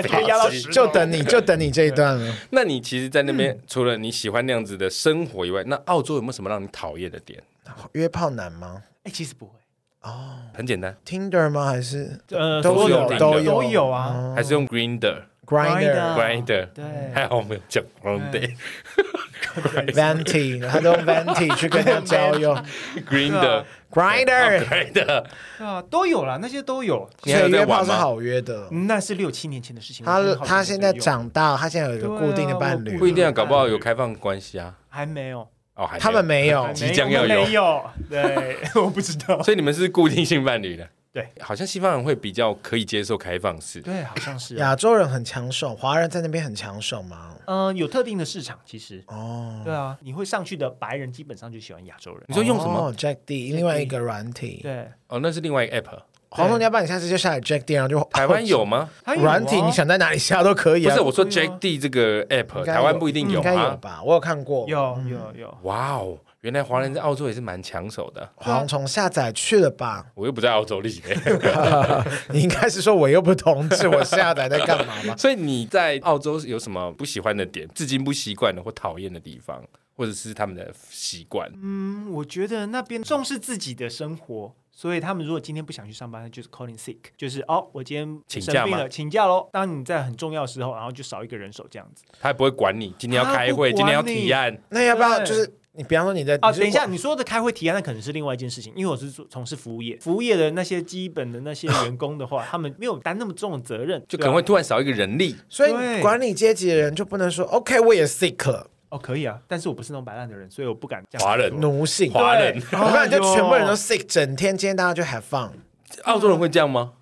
就 压到十，就等你就等你这一段了。那你其实，在那嗯边、除了你喜欢那样子的生活以外，那澳洲有没有什么让你讨厌的点？约炮难吗哎，其实不会，很简单， ？Tinder 吗？还是呃，都所有嗯的都有都有啊。还是用 Grinder、 Grinder、 Grinder。对，还好我没有讲哎 Grinder、 Venti？他都用 Venti 去跟他交友。啊 Grinder、 Grinder， Grinder，对啊，都有啦，那些都有。你还有在约炮玩是吗？好约的。那是六七年前的事情。我他真的好久他没现在用长大，他现在有一个固定的伴对啊侣不一了，定啊，搞不好有开放关系啊。还没有，哦，还他们没没有还。即将要没啊有没有？ 对，我不知 道有，。所以你们是固定性伴侣的。对，好像西方人会比较可以接受开放式。对，好像是啊。亚洲人很抢手，华人在那边很抢手嘛。嗯，有特定的市场，其实。哦，对啊，你会上去的白人基本上就喜欢亚洲人。你说用什么？哦、Jack D，另外一个软体。对，哦，那是另外一个 app。黄总，你要不然你下次就下载 Jack D，然后就台湾 有吗？还有软体，哦你想在哪里下都可以不啊。是，我说对啊 Jack D 这个应 app，该台湾不一定有应该有啊。吧？我有看过，有有有，哇哦，原来华人在澳洲也是蛮抢手的。好像从下载去了吧？我又不在澳洲欸里面，你应该是说我又不同志，我下载在干嘛吧？ 所以你在澳洲有什么不喜欢的点，至今不习惯的或讨厌的地方，或者是他们的习惯？嗯，我觉得那边重视自己的生活，所以他们如果今天不想去上班，就是 calling sick，就是哦，我今天请生假病吗了，请假喽。当你在很重要的时候，然后就少一个人手这样子。他也不会管你，今天要他开不会，今天要管你提案，那要不要对就是你比方说你在哦啊，你是等一下，你说的开会提案那可能是另外一件事情，因为我是做从事服务业，服务业的那些基本的 那些员工的话，他们没有担那么重的责任，就可对啊能会突然少一个人力。所以对管理阶级的人就不能说 OK，我也 sick 哦可以啊，但是我不是那种摆烂的人，所以我不敢这啊样哎华人，奴性，华人对我看就全部人都 sick，整天今天大家就 have fun，澳洲人会这样吗？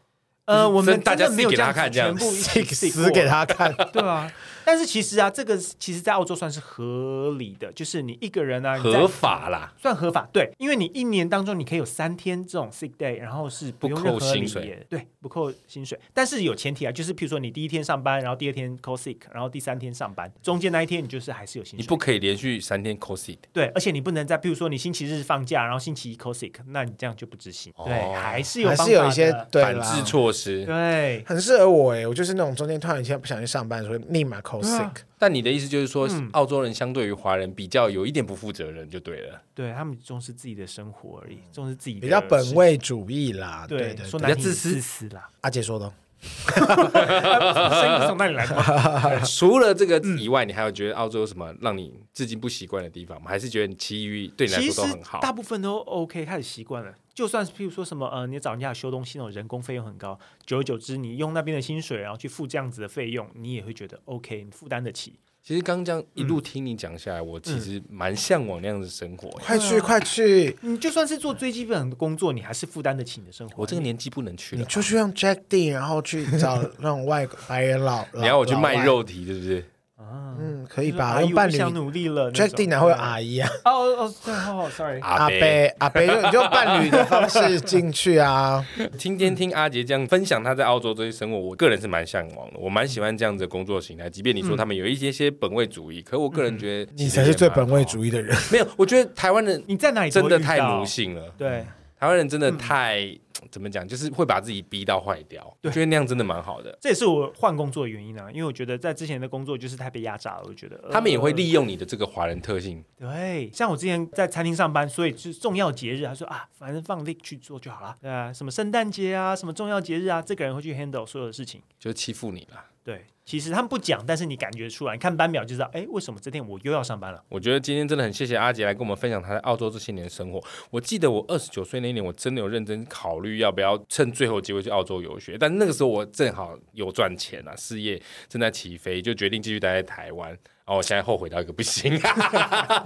呃，我真们大家真的没有死给他样子看这样全部一起 sick 死死给过他看。对啊，但是其实啊，这个其实在澳洲算是合理的，就是你一个人嗯啊，你在合法啦，算合法，对，因为你一年当中你可以有三天这种 sick day，然后是不用不扣任何理薪水由，对，不扣薪水，但是有前提啊，就是譬如说你第一天上班，然后第二天扣 sick，然后第三天上班，中间那一天你就是还是有薪你水，不可以连续三天 cos it。对，而且你不能在譬如说你星期日放假，然后星期一扣 sick，那你这样就不执行，哦对，还 是有还方法是有一的些对反啦制措施。对。很适合我哎、我就是那种中间突然一下不想去上班的时候，立马 call 对啊 sick。但你的意思就是说嗯，澳洲人相对于华人比较有一点不负责任，就对 了，对他们重视自己的生活而已，重视自己的比较事本位主义啦，对对对说嗯对，比较难听自私自私啦，阿姐说的哦，声音是从那里 来的吗？啊除了这个嗯以外，你还有觉得澳洲有什么让你至今不习惯的地方吗？还是觉得其余对你来其说实都很好？大部分都 OK，开始习惯了。就算是譬如说什么呃，你找人家修东西那种人工费用很高，久而久之，你用那边的薪水，然后去付这样子的费用，你也会觉得 OK，你负担得起。其实刚刚这样一路听你讲下来，我其实蛮向往那样的生活。快去快去，你就算是做最基本的工作，你还是负担得起你的生活。我这个年纪不能去你了，就去用 Jack D，然后去找那种外 国白人老，你要我去老卖，肉体，是不是？老啊外，嗯，可可以吧？我用伴不侣想努力了。 Jack D 哪会有阿姨？姨啊？哦哦哦对哦哦，sorry，阿阿伯，伯阿伯就你就用伴侣的方式进去啊， 今天听阿杰这样分享他在澳洲这些生活，我个人是蛮向往的，我蛮喜欢这样子的工作形态。即便你说他们有一些些本位主义，可我个人觉得嗯你才是最本位义。主义的人。 没有，我觉得台湾人你在哪里都真会的遇太到奴。性了，嗯对，台湾人真的太、怎么讲，就是会把自己逼到坏掉。我觉得那样真的蛮好的，这也是我换工作的原因啊，因为我觉得在之前的工作就是太被压榨了，我觉得呃他们也会利。利用你的这个华人特性。对，像我之前在餐厅上班，所以就是重要节日，他说啊，反正放 Nick 去做就好了。对啊，什么圣诞节啊，什么重要节日啊，这个人会去 handle 所有的事情。就是欺负你啦。对，其实他们不讲，但是你感觉出来，你看班表就知道，哎，为什么这天我又要上班了？我觉得今天真的很谢谢阿杰来跟我们分享他在澳洲这些年的生活。我记得我二十九岁那一年，我真的有认真考虑要不要趁最后机会去澳洲游学，但那个时候我正好有赚钱啊，事业正在起飞，就决定继续待在台湾。然后我现在后悔到一个不行。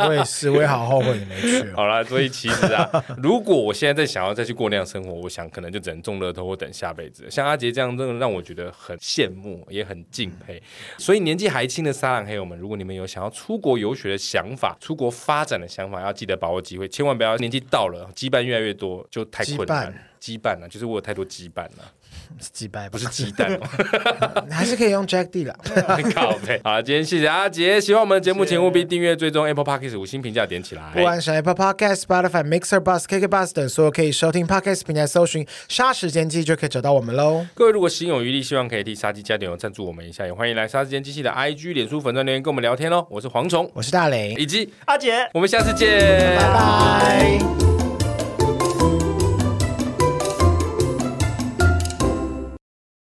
我也是，我也好后悔你没去 哦。好啦，所以其实啊， 如果我现在再想要再去过那样生活，我想可能就只能中乐透或等下辈子。像阿杰这样，真的让我觉得很羡慕，也很敬佩。所以年纪还轻的沙朗黑友们，如果你们有想要出国游学的想法、出国发展的想法，要记得把握机会，千万不要年纪到了羁绊越来越多就太困难。羁绊了、就是我有太多羁绊了、几百不不是鸡蛋、哦。你还是可以用 Jack D 啦。 靠背。好，今天谢谢阿杰。喜欢我们的节目，谢谢请务必订阅、追踪 Apple Podcast 五星评价点起来。不管是 Apple Podcast、Spotify、Mixer、Bus、KK Bus 等所有可以收听 Podcast 平台搜寻“杀时间机”就可以找到我们喽。各位如果心有余力，希望可以替杀鸡加点油赞助我们一下，也欢迎来杀时间机器的 IG、脸书粉专留言跟我们聊天喽。我是蝗虫，我是大雷，以及阿杰，我们下次见，拜拜。